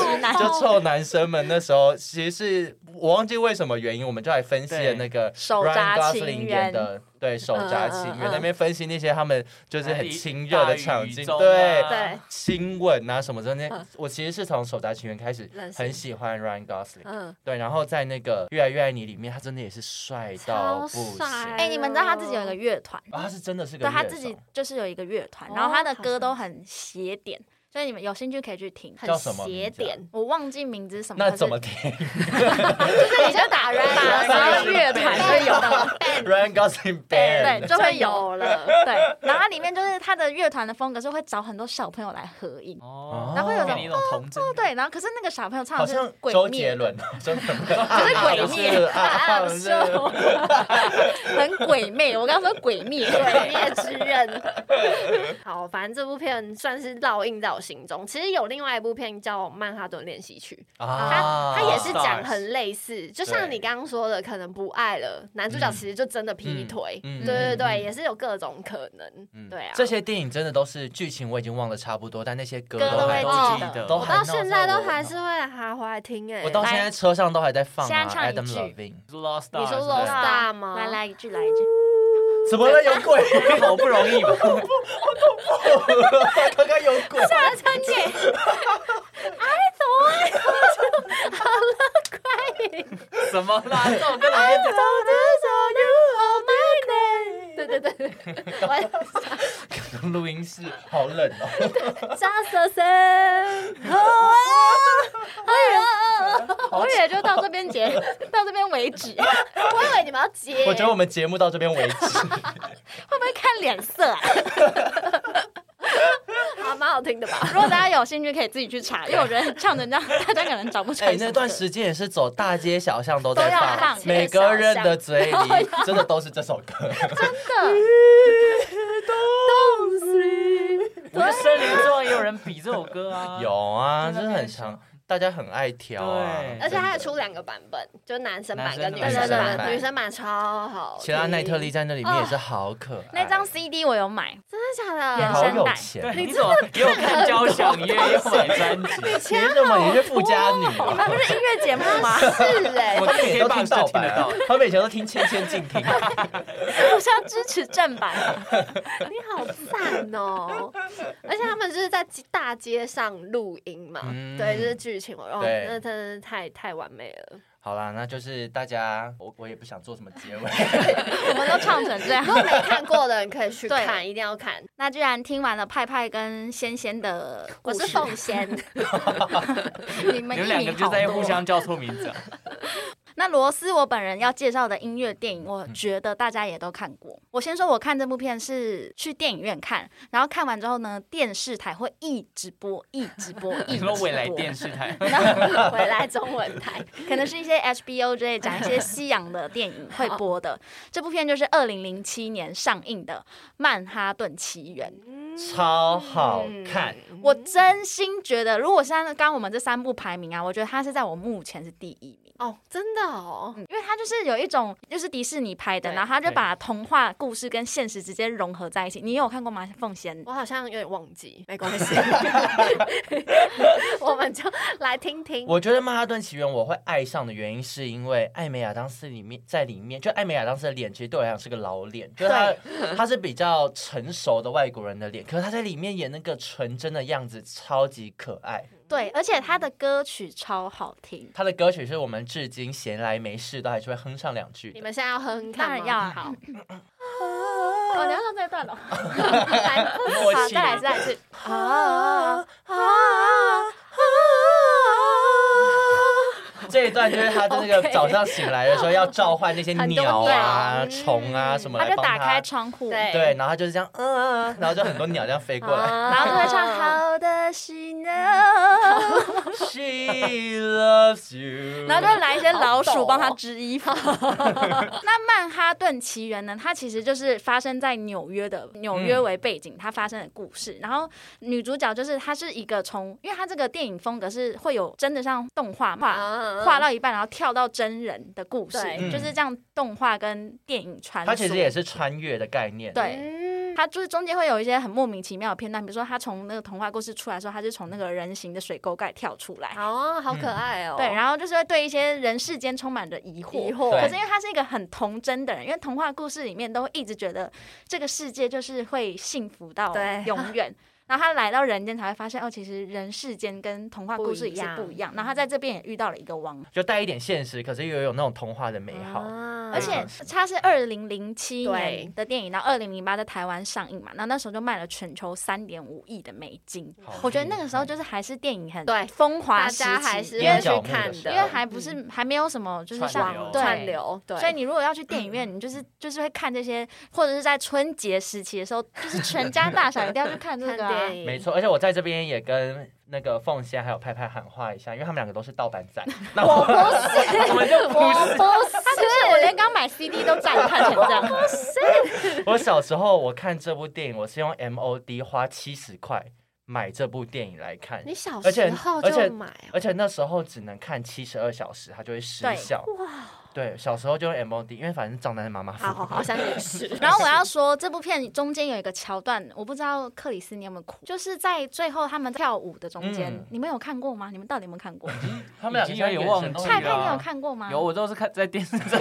哎
男，
就臭男生们那时候，其实是我忘记为什么原因，我们就来分析了那个
手
Ryan
札
Gosling
情
演
缘
的对手札情
嗯嗯
缘
嗯
那边分析那些他们就是很亲热的场景，
大雨中啊
对
对，
亲吻啊什么中间
嗯，
我其实是从手札情缘开始
认识
很喜欢 Ryan Gosling，
嗯，
对，然后在那个越来越爱你里面，他真的也是帅到不行
超帅
啊，
哎，你们知道他自己有一个乐团，
他是真的是个
对他
乐
自己
手
就是有一个乐团，
哦
然后他的歌都很斜点，所以你们有兴趣可以去听。
叫什么名字啊
斜点？
我忘记名字是什么，
那
可是
怎么听
就是你 就打人
打了然后乐团就有了，
Ryan Gosling
对
band？
就会有。
有 了。
对，然后它里面就是他的乐团的风格是会找很多小朋友来合影，
哦
然后会有
给你一种童真。
对，然后可是那个小朋友唱
好
的是
像
鬼
周杰
灭，
伦，真的，
就是鬼
就是
灭，
啊
啊是我很鬼魅，我刚刚说鬼灭，
鬼灭之刃。好，反正这部片算是烙印在我心中。其实有另外一部片叫《曼哈顿练习曲》，它
啊
它也是
Stars
讲很类似，就像你刚刚说的，可能不爱了，男主角
嗯
其实就真的劈腿。
嗯
对对对，
嗯
也是有各种可能。
嗯
对啊，
这些电影真的都是剧情我已经忘了差不多，但那些歌
歌
都
都
还
会
都
记得
都
我
还
到
闹
现在
着
都
我
还是会拿回来听哎、
我到现在车上都还在放
现
啊
在唱一
，Adam
句
Levine，
Lost
你说
Stars，
Lost
对
啊
Star 吗？
来来一句来一句，
怎么了？有鬼！
好不容易吧，
刚刚有鬼！
大川姐，
怎么啦？这首歌里面的
对对对对， 我
录音室好冷哦，
Just a Sen，
哎我也就到这边结，到这边为 止，会
我以为你们要接，
我觉得我们节目到这边为止。
不会看脸色啊？
还蛮好听的吧。
如果大家有兴趣，可以自己去查，因为我觉得唱成这样，大家可能找不出来
哎，
什么歌。
那段时间也是走大街小巷都在
都要
放，
放
每个人的嘴里真的都是这首歌。
真
我觉得森林之王也有人比这首歌啊，
有啊，啊
真的
真的
变
很
少
长。大家很爱挑啊
对，
而且它还
真的
出两个版本，就男生版跟女
男
生
生版
版，女生版超好听。
希拉奈特利在那里面也是好可爱，
那张 CD 我有买，
真的
你
假
好
的？
有钱，
对，你怎么又看交响乐又买专辑？
你怎么你是富家
你
女
们
啊？
不是音乐节目 吗？
是 哎
我，
他们以前都听盗
听
版
得
啊
到，
他们以前都听千千 静听，
我是要支持正版。
你好赞 哦！而且他们就是在大街上录音嘛，
嗯
对，就是剧情。哦，
对
那真的太太完美了。
好啦，那就是大家，我我也不想做什么结尾。
我们都唱成这样
如。果没看过的人可以去
对
看，一定要看。
那居然听完了派派跟仙仙的故
我
事，
是凤 仙，
你们
你们
一
两
名
个
好
就在
多
互相叫错名字啊，
那罗斯，我本人要介绍的音乐电影，我觉得大家也都看过。我先说，我看这部片是去电影院看，然后看完之后呢，电视台会一直播，一直播，一
你
直播
说。未来电视台
回来中文台，
可能是一些 HBO 之类讲一些西洋的电影会播的。这部片就是二零零七年上映的《曼哈顿奇缘》。
超好看，
嗯
我真心觉得，如果现在刚刚我们这三部排名啊，我觉得它是在我目前是第一名。
哦，真的哦，
因为它就是有一种就是迪士尼拍的，
对
然后它就把童话故事跟现实直接融合在一起。你有看过吗？凤仙，
我好像有点忘记，没关系， 我们就来听听。
我觉得《曼哈顿奇缘》我会爱上的原因，是因为艾美亚当斯里面在里面，就艾美亚当斯的脸其实对我来讲是个老脸，就是他他是比较成熟的外国人的脸，可是他在里面演那个纯真的样子，超级可爱。
对，而且它的歌曲超好听，
他的歌曲是我们至今闲来没事都还是会哼上两句
你
的。
们现在要哼哼
当
看
然
吗？
要啊好。哦，你要唱这一段了。好，
来
默契
再来一次，再来一次。啊，
这一段就是他在那 个
OK
早上醒来的时候要召唤那些
很多嗯
鸟啊、
鸟
虫啊什么
他
来
就
帮
打开窗户，
对
对，然后他就是这样，嗯、 然后就很多鸟这样飞过来。
啊
然后就会唱好的是 no，
She loves you，
然后就来一些老
好抖
鼠
哦
帮他织衣服。哦 那曼哈顿奇缘呢？它其实就是发生在纽约的，纽约为背景，它发生的故事。然后女主角就是她是一个从，因为她这个电影风格是会有真的像动画画
啊
画到一半，然后跳到真人的故事
对，
嗯
就是这样动画跟电影穿
它其实也
梭。
是穿越的概念。
对
嗯
它就是中间会有一些很莫名其妙的片段，比如说她从那个童话故事出来的时候，她就从那个人形的水沟盖跳出来，
哦，好可爱哦。
对，然后就是会对一些人世间充满着疑惑。
疑惑
对
可是因为他是一个很童真的人，因为童话故事里面都会一直觉得这个世界就是会幸福到
对
永远。 然后他来到人间才会发现，哦，其实人世间跟童话故事也是
不
不
一样
一样。然后他在这边也遇到了一个王，
就带一点现实，可是又有那种童话的美好。
啊
而且他是二零零七
对
年的电影，然后二零零八在台湾上映嘛，然后那时候就卖了全球三点五亿的美金。
好
我觉得那个时候就是还是电影很
对
风华
大
时期，
家还是
因为
会去看的，
因
因为还不是还没有什么就是
串
像
流
嗯对
串流，对，
所以你如果要去电影 院，你就是就是会看这些，或者是在春节时期的时候，就是全家大小一定要去看这
看
个、啊
电。影
没。错，而且我在这边也跟那个凤仙还有派派喊话一下，因为他们两个都是盗版 仔，那
我
我
不是，
我们就
我
不是。
不是，
他就是我连刚买 CD 都赞叹成这 样，
我小时候我看这部电影，我是用 MOD 花七十块买这部电影来看
你，小
而且
时候
而且
就买哦
而且那时候只能看七十二小时，它就会失
对
效。
哇，
对，小时候就用 MOD，因为反正账单是妈妈
好
付。
好好像也是。
然后我要说，这部片中间有一个桥段，我不知道克里斯你有没有哭，就是在最后他们跳舞的中间，
嗯
你们有看过吗？你们到底有没有看过？
他
已经有点忘记
派
了
派，你有看过吗？
有我都是看在电视上，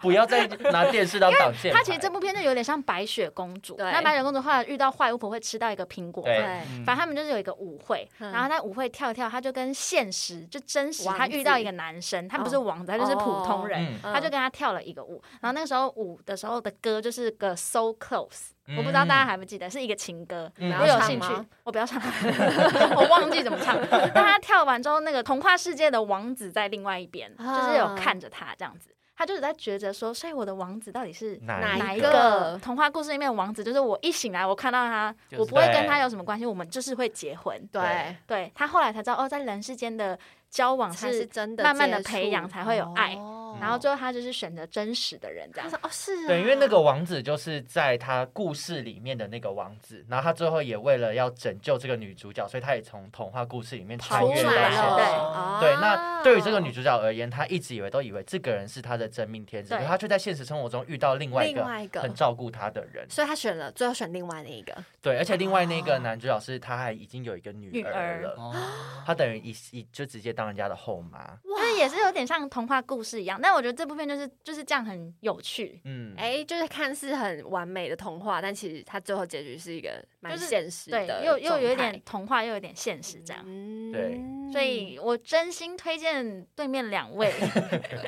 不要再拿电视当挡 箭牌。
他其实这部片就有点像白雪公主，
对
那白雪公主后来遇到坏巫婆会吃到一个苹果嘛
对
对，
嗯
反正他们就是有一个舞会，
嗯
然后在舞会跳一跳，他就跟现实就真实，
王子哦
他遇到一个男生，他不是王子，他就是普通人，
嗯
他就跟他跳了一个舞。然后那个时候舞的时候的歌就是个 So Close，我不知道大家还不记得，是一个情歌。如
嗯
然
果
后
有
唱
兴趣
吗，
我不要唱， 我忘记怎么 唱。但他跳完之后，那个童话世界的王子在另外一边，
啊
就是有看着他这样子。他就是在抉择说，所以我的王子到底是
哪
哪
一
一
个
个童话故事里面的王子，就是我一醒来，我看到他，
就是
我不会
对
跟他有什么关系，我们就是会结婚。
对，
对他后来才知道，哦，在人世间的交往
才是
是
真的
慢慢的
接触
培养才会有爱。
哦
然后最后他就是选择真实的人这
他
样。
说哦是啊，
对，因为那个王子就是在他故事里面的那个王子，然后他最后也为了要拯救这个女主角，所以他也从童话故事里面穿
出
越
来
到现
了，
实。
哦
对，那对于这个女主角而言，她一直以为都以为这个人是她的真命天子，
对
可她却在现实生活中遇到另外一
另外一
个
个
很照顾她的人。
所以他选了最后选另外那一个，
对，而且另外那个
哦
男主角是他还已经有一个女
女
儿
儿
了，
哦，
他等于一一就直接当人家的后妈。
就是也是有点像童话故事一样，但我觉得这部片就是就是这样很有趣，
嗯，
哎，就是看似很完美的童话，但其实他最后结局是一个蛮
就是
现实的
对
状态，，
又又有一点童话，又有点现实这样。
嗯
对
所以我真心推荐对面两 位，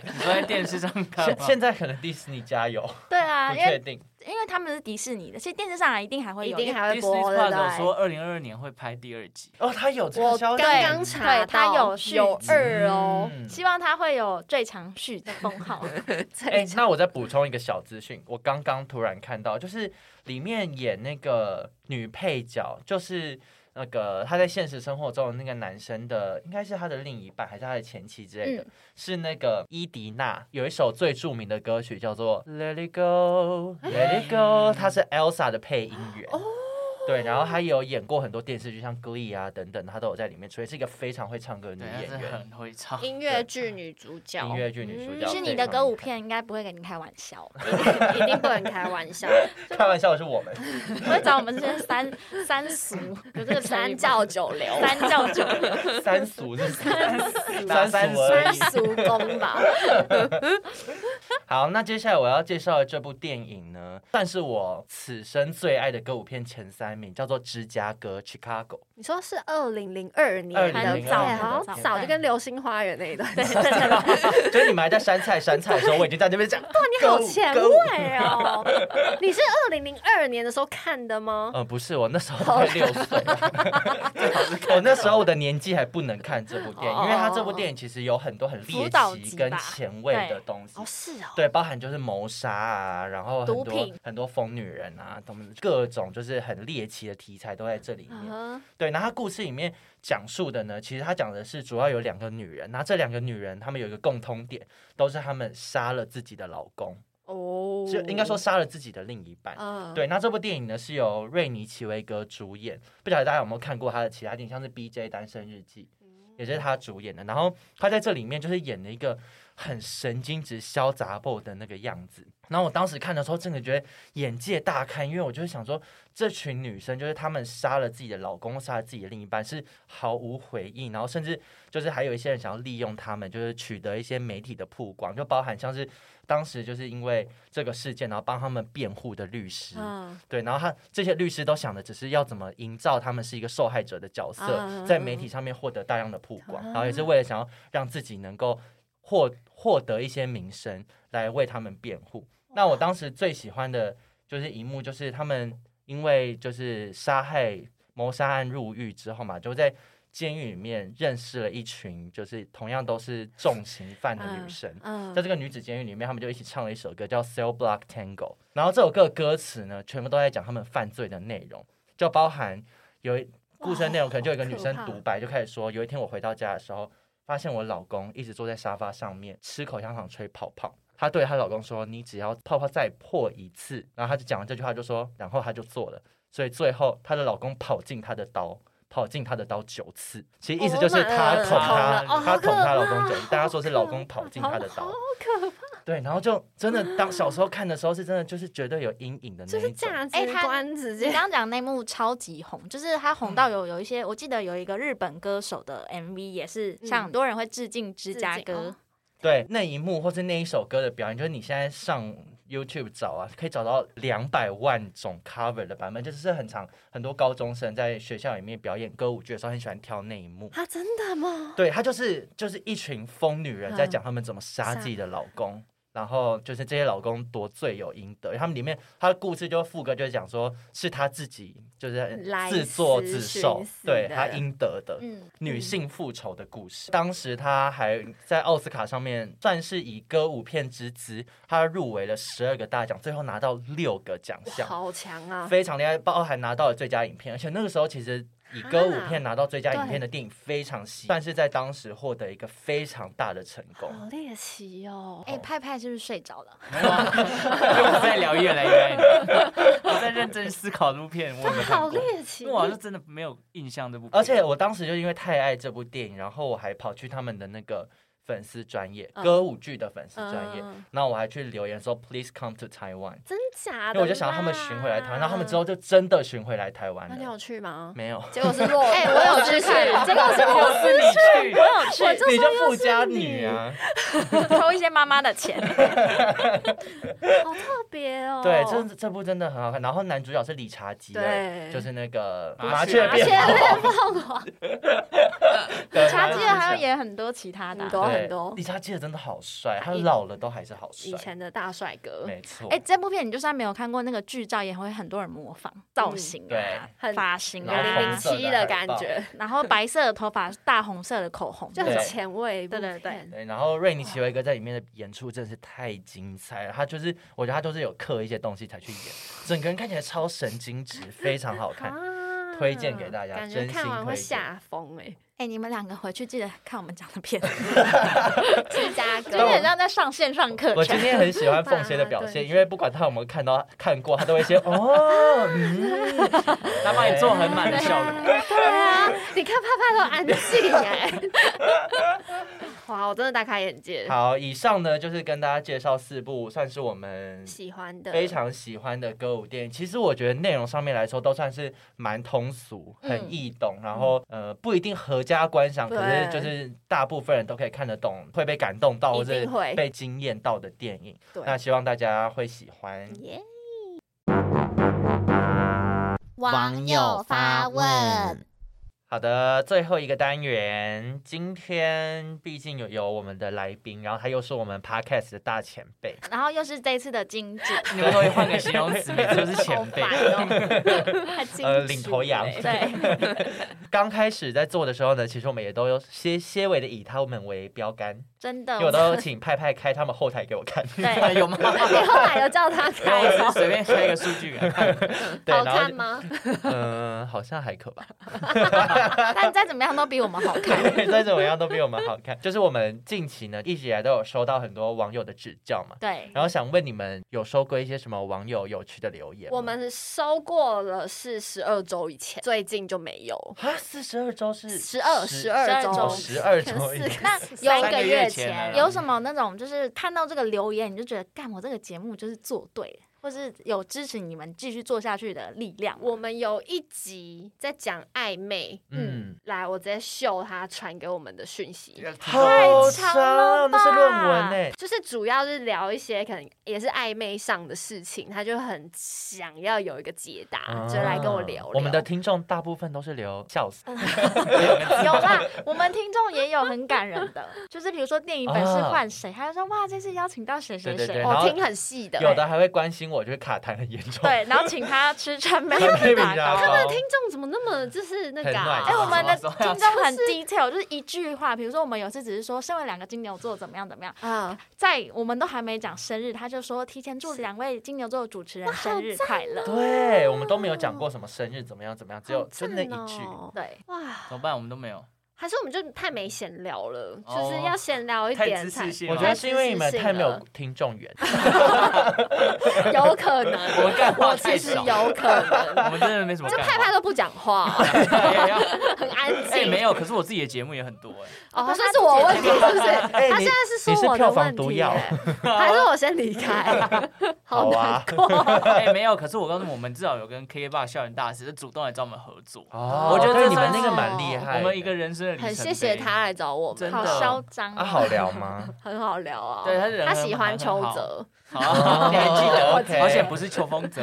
你坐在电视上看
现
吗？
现在可能迪士尼加油，
对啊，
不
因
确
为
定。
因为他们是迪士尼的，所以电视上啊一定还会
哦一
有。
定还会
Disney
播的。
Plus 有说
对
二零二二年会拍第二季，
哦，他有这
我
个消息，哎
刚刚查
对它
到
有续
有
集
二哦，
嗯
希望他会有最强续的封号。
哎、那我再补充一个小资讯，我刚刚突然看到，就是里面演那个女配角，就是那个她在现实生活中的那个男生的，应该是他的另一半还是他的前妻之类的，
嗯
是那个伊迪娜，有一首最著名的歌曲叫做《Let It Go》，Let
哎
It Go，她是 Elsa 的配音员。
哦
对，然后她有演过很多电视剧，像《Glee》啊等等，她都有在里面出演，是一个非常会唱歌的女
对，但
演
是
员。
很会唱。
哎音乐剧女主角，
音乐剧女主角
就嗯
对
是你的歌舞片应该不会跟你开玩笑，
嗯 一定不能开玩笑，
开玩笑的是我们，
不会找我们这些三三俗，有这个成语
三
吗
教九流，
三教九流。
三俗是什么
打
三
三
俗而
三
已。
叔公吧，
好，那接下来我要介绍的这部电影呢，算是我此生最爱的歌舞片前三名，叫做《芝加哥 （Chicago）》。
你说是二零零二年
2002
的
年
片好像
很早
早就跟《流星花园》那一段，
就是你们还在山菜山菜的时候，我已经在那边讲，哇，
你好前卫哦！ 你是二零零二年的时候看的吗？
嗯，不是，我那时候才六岁， 我那时候我的年纪还不能看这部电影，因为它这部电影其实有很多很猎
辅导
奇
级
跟
吧
前卫的
对
东西
哦，。是哦，
对，包含就是谋杀啊，然后很
毒
多
品
很多疯女人啊，他们各种就是很猎奇的题材都在这里
嗯
面。
啊
对，那他故事里面讲述的呢，其实他讲的是主要有两个女人，那这两个女人她们有一个共通点，都是她们杀了自己的老公，
哦，
就应该说，杀了自己的另一半。
嗯，
对，那这部电影呢是由瑞尼奇维格主演，不晓得大家有没有看过他的其他电影，像是《B.J. 单身日记》，也是他主演的。然后他在这里面就是演了一个很神经质、潇洒 b 的那个样子。然后我当时看的时候，真的觉得眼界大开，因为我就是想说，这群女生就是她们杀了自己的老公，杀了自己的另一半，是毫无回应，然后甚至就是还有一些人想要利用她们，就是取得一些媒体的曝光，就包含像是当时就是因为这个事件，然后帮他们辩护的律师，
嗯，
对，然后他这些律师都想的只是要怎么营造他们是一个受害者的角色，
啊
在媒体上面获得大量的曝光，然后也是为了想要让自己能够获获得一些名声来为他们辩护。那我当时最喜欢的就是一幕，就是他们因为就是杀害谋杀案入狱之后嘛，就在。监狱里面认识了一群，就是同样都是重刑犯的女
嗯
生，
嗯
在这个女子监狱里面，他们就一起唱了一首歌叫《Cell Block Tango》，然后这首歌的歌词呢，全部都在讲他们犯罪的内容，就包含有一故事的内容，可能就有一个女生
好可怕
独白就开始说，有一天我回到家的时候，发现我老公一直坐在沙发上面吃口香糖吹泡泡。她对她老公说：“你只要泡泡再破一次。”然后她就讲完这句话就说，然后她就做了。所以最后她的老公跑进她的刀，跑进她的刀九次。其实意思就是她捅她，
哦
她
好可怕
捅她老公九次。大家说是老公跑进她的刀，
好啊可怕，
对，然后就真的当小时候看的时候，是真的就是绝对有阴影的那
就
一
是
种。
价值
哎他
观直
你
接
刚刚讲那幕超级红，就是他红到有有一些，我记得有一个日本歌手的 MV 也是，像很多人会致敬芝加
致敬
哥
哦，
对，那一幕或是那一首歌的表演，就是你现在上 YouTube 找啊，可以找到两百万种 cover 的版本，就是很常很多高中生在学校里面表演歌舞剧的时候，很喜欢挑那一幕。
啊，真的吗？
对，她就是就是一群疯女人在讲她们怎么杀
嗯杀
自己的老公，然后就是这些老公多罪有应得。他们里面她的故事就副歌就是讲说，是她自己就是
来
自作
自
自
寻
受，
死
对
的
她应得的。
嗯，
女性复仇的故事。当时她还在奥斯卡上面算是以歌舞片之姿，她入围了十二个大奖，最后拿到六个奖项，
好强啊！
非常厉害，包含拿到了最佳影片。而且那个时候其实以歌舞片拿到最佳影片的电影非常稀，算是在当时获得一个非常大的成功。
好猎奇哦！
哎、派派是不是睡着了？
没有啊，因为我在聊越来越爱 你，我在认真思考这部片，我有没有看
好
过，
猎奇
因为，我好像真的没有印象这部片，
而且我当时就因为太爱这部电影，然后我还跑去他们的那个粉丝专业、
嗯
歌舞剧的粉丝专业，
嗯，
那我还去留言说 Please come to Taiwan，
真假的？
因为我就想要他们巡回来台湾，然后他们之后，就真的巡回来台湾
那你有
了。
去吗？
没有，
结果是落，
哎我有去看
结果是我
是你
我
去，
有
我
去
就
你
说
就
又
富
是
家
你
女啊！
偷一些妈妈的 钱，
好特别哦。
对，这这部真的很好看。然后男主角是理查吉尔，
对
就是那个
麻
麻
雀
雀
麻雀
变
变凤凰，
对
茶几尔还有
对
演很多其他的啊、
很多很多
理查基尔真的好帅，他老了都还是好
以
帅。
前的大帅哥，
没错，
哎、这部片你就算没有看过那个剧照，也会很多人模仿造型啊、
很
发型
有零零
然后
啊，
七的感觉，
然后白色的头发、大红色的口红，
就
对
很前卫。
对对对，
对，然后瑞尼奇维格在里面的演出真的是太精彩了，他就是我觉得他就是有刻一些东西才去演， 整个人看起来超神经质，非常好看。
啊
推荐给大家
感觉
真
看
心
完会
推荐
吓疯哎。
哎、你们两个回去记得看我们讲的片，
芝加
有点
哥，
像在上线上课
我今
程。
天很喜欢凤仙的表
对
现，因为不管他有没有看到看过，他都 会先哦，嗯，
他帮你做很满的 笑容。
对啊，你看帕帕都安静哎。哇，我真的大开眼界，
好，以上呢就是跟大家介绍四部算是我们
喜欢的，
非常喜欢的歌舞电影。其实我觉得内容上面来说都算是蛮通俗、
嗯
很易懂，然后呃不一定合家观赏，可是
对
就是大部分人都可以看得懂，会被感动到
一
或者
定会
被惊艳到的电影。
对嗯
那希望大家会喜欢。
耶。
网友发问。
好的，最后一个单元，今天毕竟有有我们的来宾，然后他又是我们 podcast 的大前辈，
然后又是这一次的金主，
你们都会换个形容词，每次都是前辈
好。烦哦
他金主
呃，领头羊。
欸
对，
刚开始在做的时候呢，其实我们也都有些些微的以他们为标杆，
真的
因为，我都有请派派开他们后台给我看，
对，
有吗？
哦你后来有叫他
然后
开
我
哦
是随便开一个数据啊，
对，
好
然后
看
就
吗？
嗯、好像还可吧，
但再怎么样都比我们好看。
再怎么样都比我们好看。就是我们近期呢，一直以来都有收到很多网友的指教嘛，
对，
然后想问你们有收过一些什么网友有趣的留言吗？
我们收过了是十二周以前，最近就没有。
啊，四十二周是
十二十二周，
哦十二
可能
周以
四
前
那
三
有
三
个
个
月
月前啊
有什么那种就是看到这个留言，你就觉得干我这个节目就是做对，或是有支持你们继续做下去的力 量。
我们有一集在讲暧昧，
嗯，
来，我直接秀他传给我们的讯息。
好
长
啊
了
那是论文欸
吧
呢、
就是主要是聊一些可能也是暧昧上的事情，他就很想要有一个解答，啊就来跟我聊聊。
啊我们的听众大部分都是留笑死，
有啦，我们听众也有很感人的，就是比如说电影本是换谁，他就说哇，这次邀请到谁谁
对对
谁
对，
我哦听很细的，
有的还会关心我，就是卡痰很严重。
对，然后请他吃川美
他
米
配
打
饼
糕。
糕
听众怎么那么就是那个、啊？
很暖
哎，我们的
什么
听众很 detail，就是一句话，比如说我们有次只是说，身为两个金牛座怎么样怎么样，
啊，
在我们都还没讲生日，他就说提前祝两位金牛座主持人生日快
哦
乐。
对，我们都没有讲过什么生日怎么样怎么样，只有
好
就
赞
那一句。
哦
对，
哇，
怎么办？我们都没有，
还是我们就太没闲聊了，
哦
就是要闲聊一
太
点
知
才
识。性
我
了。
觉得是因为你们
太自信
太没有
了
听众缘，
有可能，
我们干话
我
太
其实
少，
有可能，
我们真的没什么
就
干
派
话。
派都不讲话，很安
哎，
静。
没有，可是我自己的节目也很多哎。
哦，这是我问题是不是？
哎
他
你
现在是说我的问
你是票房毒
题、
药
哎还是我先离开？好
啊
难过。
哎，没有，可是我告诉你，我们至少有跟 K K 爸校园大师主动来找我们合作，
哦
我觉得
对
这
你们
算
那
是哦
个蛮厉害的。
我们一个人生的里程
很
碑。
谢谢他，来找我
真
们，
的
好
好
嚣张
啊，
哦！
好聊吗？
很好聊啊。
对他人
他
很
喜欢
很
邱
好
泽，
好，你还记
哦
得？
，OK
而且不是秋风泽，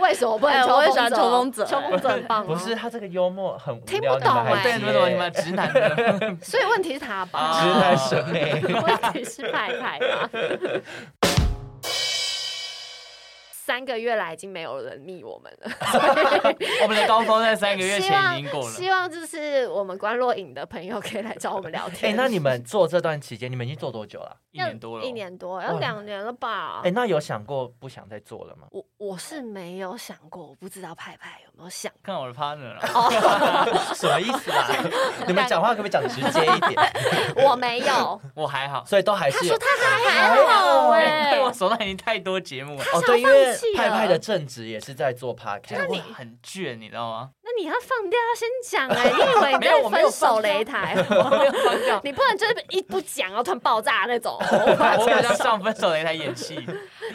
为什么不能
哎
邱泽？
我也喜欢邱风泽
邱风泽很棒、啊。
不是，，他这个幽默很无
听不
聊，你们
懂
还
哎
对，
接
你们懂你们直男 的。
所以问题是他吧？
啊
直男审 美。
问题是派派吧？三个月来已经没有人密我们了。
我们的高峰在三个月
希
前已
望
经过了。
希望就是我们关洛影的朋友可以来找我们聊
哎、
天。
那你们做这段期间，你们已经做多久了？
一年多了、
一。年多
哇
要两年了吧？
哎、那有想过不想再做了吗？
我我是没有想过，我不知道派派有没有想。
看我的 partner 了，
哦
什么意思啊？ 你们讲话可不可以讲直接一点？
我没有，
我还好。
所以都还是
他
有
说他还好 哎、
哦对我手上已经太多 节目了，
哦，
想
对，因
放
为
弃
派派
了
的正职也是在做 podcast，
我很卷，你知道吗？
那你要放掉，要先讲 哎、你以为你
没有
在
我没有
分
放
手
掉
擂台？
我没有放掉，
你不能就是一不讲，然后突然爆炸 那种。
我比较上分手擂台演 戏。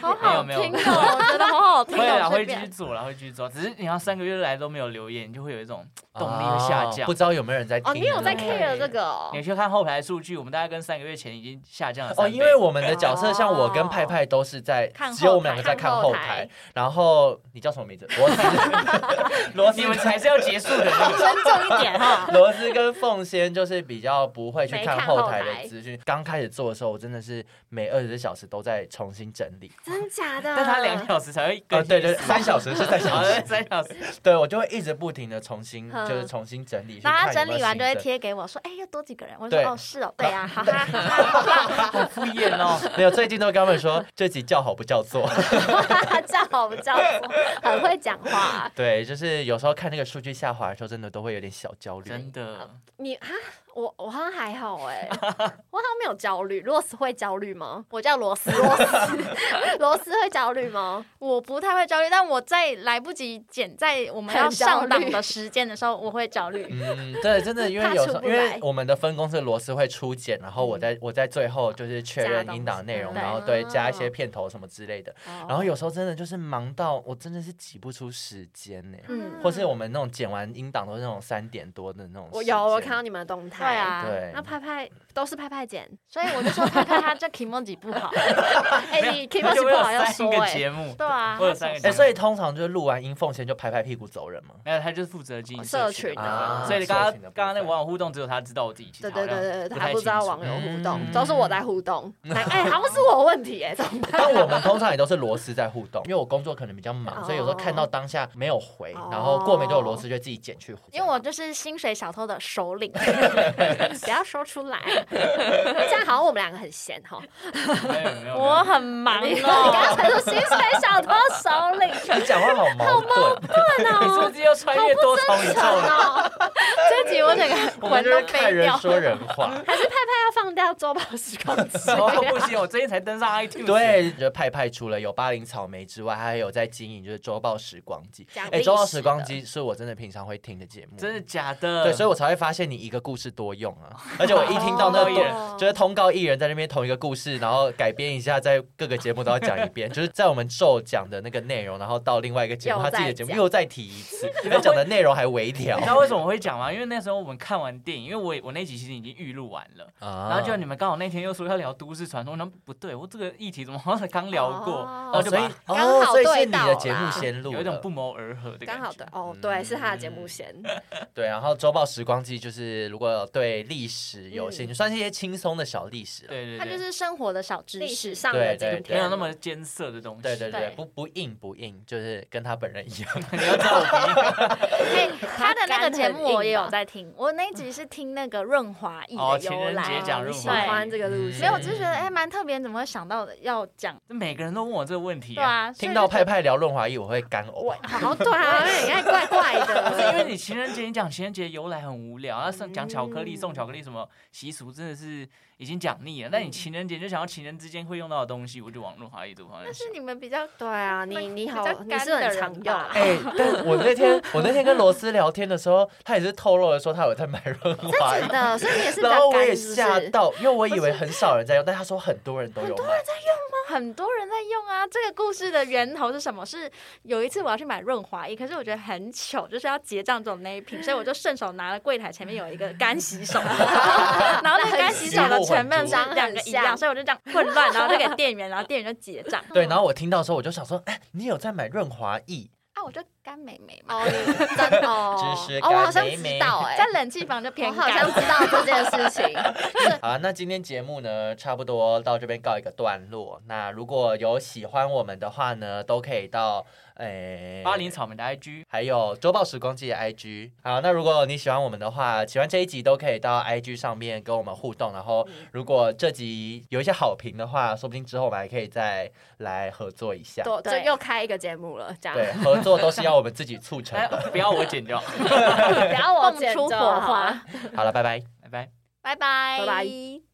好
没有
好
没有
听哦，我觉得好好听
会啦，
哦，
会
随
继续
便。
做啦，会继续做。只是你要三个月来都没有留言，你就会有一种动力会下降。
啊不知道有没有人在听？
哦，你有在
对
care 这个、哦
你？去看后台数据，我们大概跟三个月前已经下降了三
哦，
倍。
因为我们的角色像我跟派派都是在
看，后
只有我们两个在看
看
后
后
台
台。
然后你叫什么名字？罗斯， 罗斯
你们才是要结束的那
啊
个。
尊重一点哈。
罗斯跟凤仙就是比较不会去
没
看
看
后
后
台
台
的资讯。刚开始做的时候，我真的是每二十四小时都在重新整理。
真假的？
但他两个小时才会
呃，
更新
对
一次
对，三小时是三小
好
时
的，，三小时。
对我就会一直不停的重新，
嗯
就是重新整理。去
然后他
看有
整
没有
理完就会
新增。
贴给我说：“哎，又多几个人。”我说
对：“
哦，是哦，对啊，哈哈哈哈。
好敷衍哦。
没有，最近都跟他们说这集叫好不叫座。
叫好不叫座，很会讲话。
对，就是有时候看那个数据下滑的时候，真的都会有点小焦虑。
真的，
你啊，我我好像还好哎、我好像没有焦虑。罗斯会焦虑吗？”
我叫罗斯，
罗斯会焦虑吗？
我不太会焦虑，但我在来不及剪在我们要上档的时间的时候，我会焦虑。
嗯，对，真的，因为
怕
有
出
时候
不
因为
来嗯
我们的分工是罗斯会初剪，然后我在我在最后就是确
加
认
东
音档
西
内容，
对
然后对加一
哦
些片头什么之类的。 然后
哦
有
哦
时候真的就是忙到我真的是挤不出时间呢，
嗯
或是我们那种剪完音档都是那种三点多的那种时间。
我有，我看到你们的动态。
对，啊，
对
那，拍拍都是拍拍剪。
所以我就说看看他这 k i m o j i 不好，
哎、你 k i m
我
o
就
i 不
会有
好要
三
说
个
哎、
节目，
对啊
我，有三个节
哎，
目。
所以通常就是录完音缝先就拍拍屁股走人嘛。
没有，他就是负责经营
哦社
群
群
的
啊
部分所以刚
社
刚
群的部分
刚刚那个网友互动只有他知道，我自己其
对
实好像
对对对，
不
他
太
不知道
清楚
网友互
嗯
动，都是我在互动。哎、哎好像是我问题哎、怎么办？
但我们通常也都是螺丝在互动，因为我工作可能比较忙，所以有时候
哦
看到当下没有回，
哦
然后过没多久螺丝就自己剪去回。
因为我就是薪水小偷的首领。
不要说出来，这样好像我们两个很闲哈。
没有没有，
我很忙
你你
哦，
刚才说薪水小偷手领，
你讲话好矛盾，
你是不是又穿越多重宇 宙了？
这集我整个
我
魂
们就是
都
看
飞
人
掉。
说人话。
还是派派要放掉周报时光 机？
哦，不行，我最近才登上 iTunes。，
对，觉得派派除了有巴林草莓之外，还有在经营就是周报时光机。
讲
哎，
历
周报
史
时光
啊的
机是我真的平常会听的节目，
真的假的？
对，所以我才会发现你一个故事多用啊。而且我一听到那个
哦
多，就是通告艺人在那边同一个故事，然后改编一下，在各个节目都要讲一遍， 就是在我们受讲的那个内容，然后到另外一个节目，
又
他
在
自己的节目
讲
又再提一次，他讲的内容还微调
你知道为什么我会讲吗？因为那时候我们看完电影，因为我也我那集其实已经预录完了，
啊
然后就你们刚好那天又说要聊都市传说，然后不对，我这个议题怎么好像刚聊过，
哦
哦，
然后就
所以
把
刚
哦，
好
所以是
对
你
到
的节目
啦
先录了，
有一种不谋而合的感觉。
刚好对哦，对，是他的节目先。
嗯对，然后周报时光机就是如果对历史有兴趣，算是一些轻松的小历史了。
对对对，
它就是生活的小知
历史
识，
上的
对对
今
对
天
没有那么艰涩的东西。
对对对，
对
不不硬不硬，就是跟他本人一样。
你要 知道我鼻音
哎，他的那个节目我也有
他
在听，我那一集是听那个润滑液
哦
的
情
由
人节
来，
讲
你
润
喜
滑
对
欢这个路
嗯
所以
线
我就觉得哎蛮特别，怎么会想到要讲？
这每个人都问我这个问题、
对，啊，所以
听
就
到派派聊润滑液，我会干呕。
好对 啊，有点怪怪
不是啊因
的。
为你情人节，你讲情人节由来很无聊，那送讲巧克力、
嗯
送巧克力什么习俗，真的是已经讲腻了。
嗯
那你情人节就想要情人之间会用到的东西，我就往润滑一组方面
但
想
是。你们比较
对啊，你你好
比较，
你
干
是
的
很
人
常
吧
用啊。
哎、但我 那天我那天跟罗斯聊天的时候，他也是透露了说他有在买润滑
真
液，
的，所以你也是比
然后
较
我也
干，是不
吓
是？
到，因为我以为很少人在用，但他说很多人都有买。
很多人在用啊。这个故事的源头是什么？是有一次我要去买润滑液，可是我觉得很糗，就是要结账总那一瓶，所以我就顺手拿了柜台前面有一个干洗手，然后那个干洗手的成分是两个一样，所以我就这样混乱，然后就给店员，然后店员就结账。
对，然后我听到的时候，我就想说，哎、你有在买润滑液？
啊，我就干妹妹嘛，
哦，你真哦
知识
哦，我好
干
像
妹妹
知道哎、
在冷气房就
我
偏
好
干
像。知道这件事 情。
好啊，那今天节目呢，差不多到这边告一个段落。那如果有喜欢我们的话呢，都可以到哎诶
巴林草莓的 IG
还有周报时光机的 IG。好，那如果你喜欢我们的话，喜欢这一集都可以到 IG 上面跟我们互动。然后，如果这集有一些好评的话，说不定之后我们还可以再来合作一下。
对，啊
对
就又开一个节目了，这样
对，合作都是要我们自己促成
哎
的。，
不要我剪掉，
不要我
蹦
剪
出
就
火
好
花，
好了，拜拜。
拜拜。
拜拜
拜拜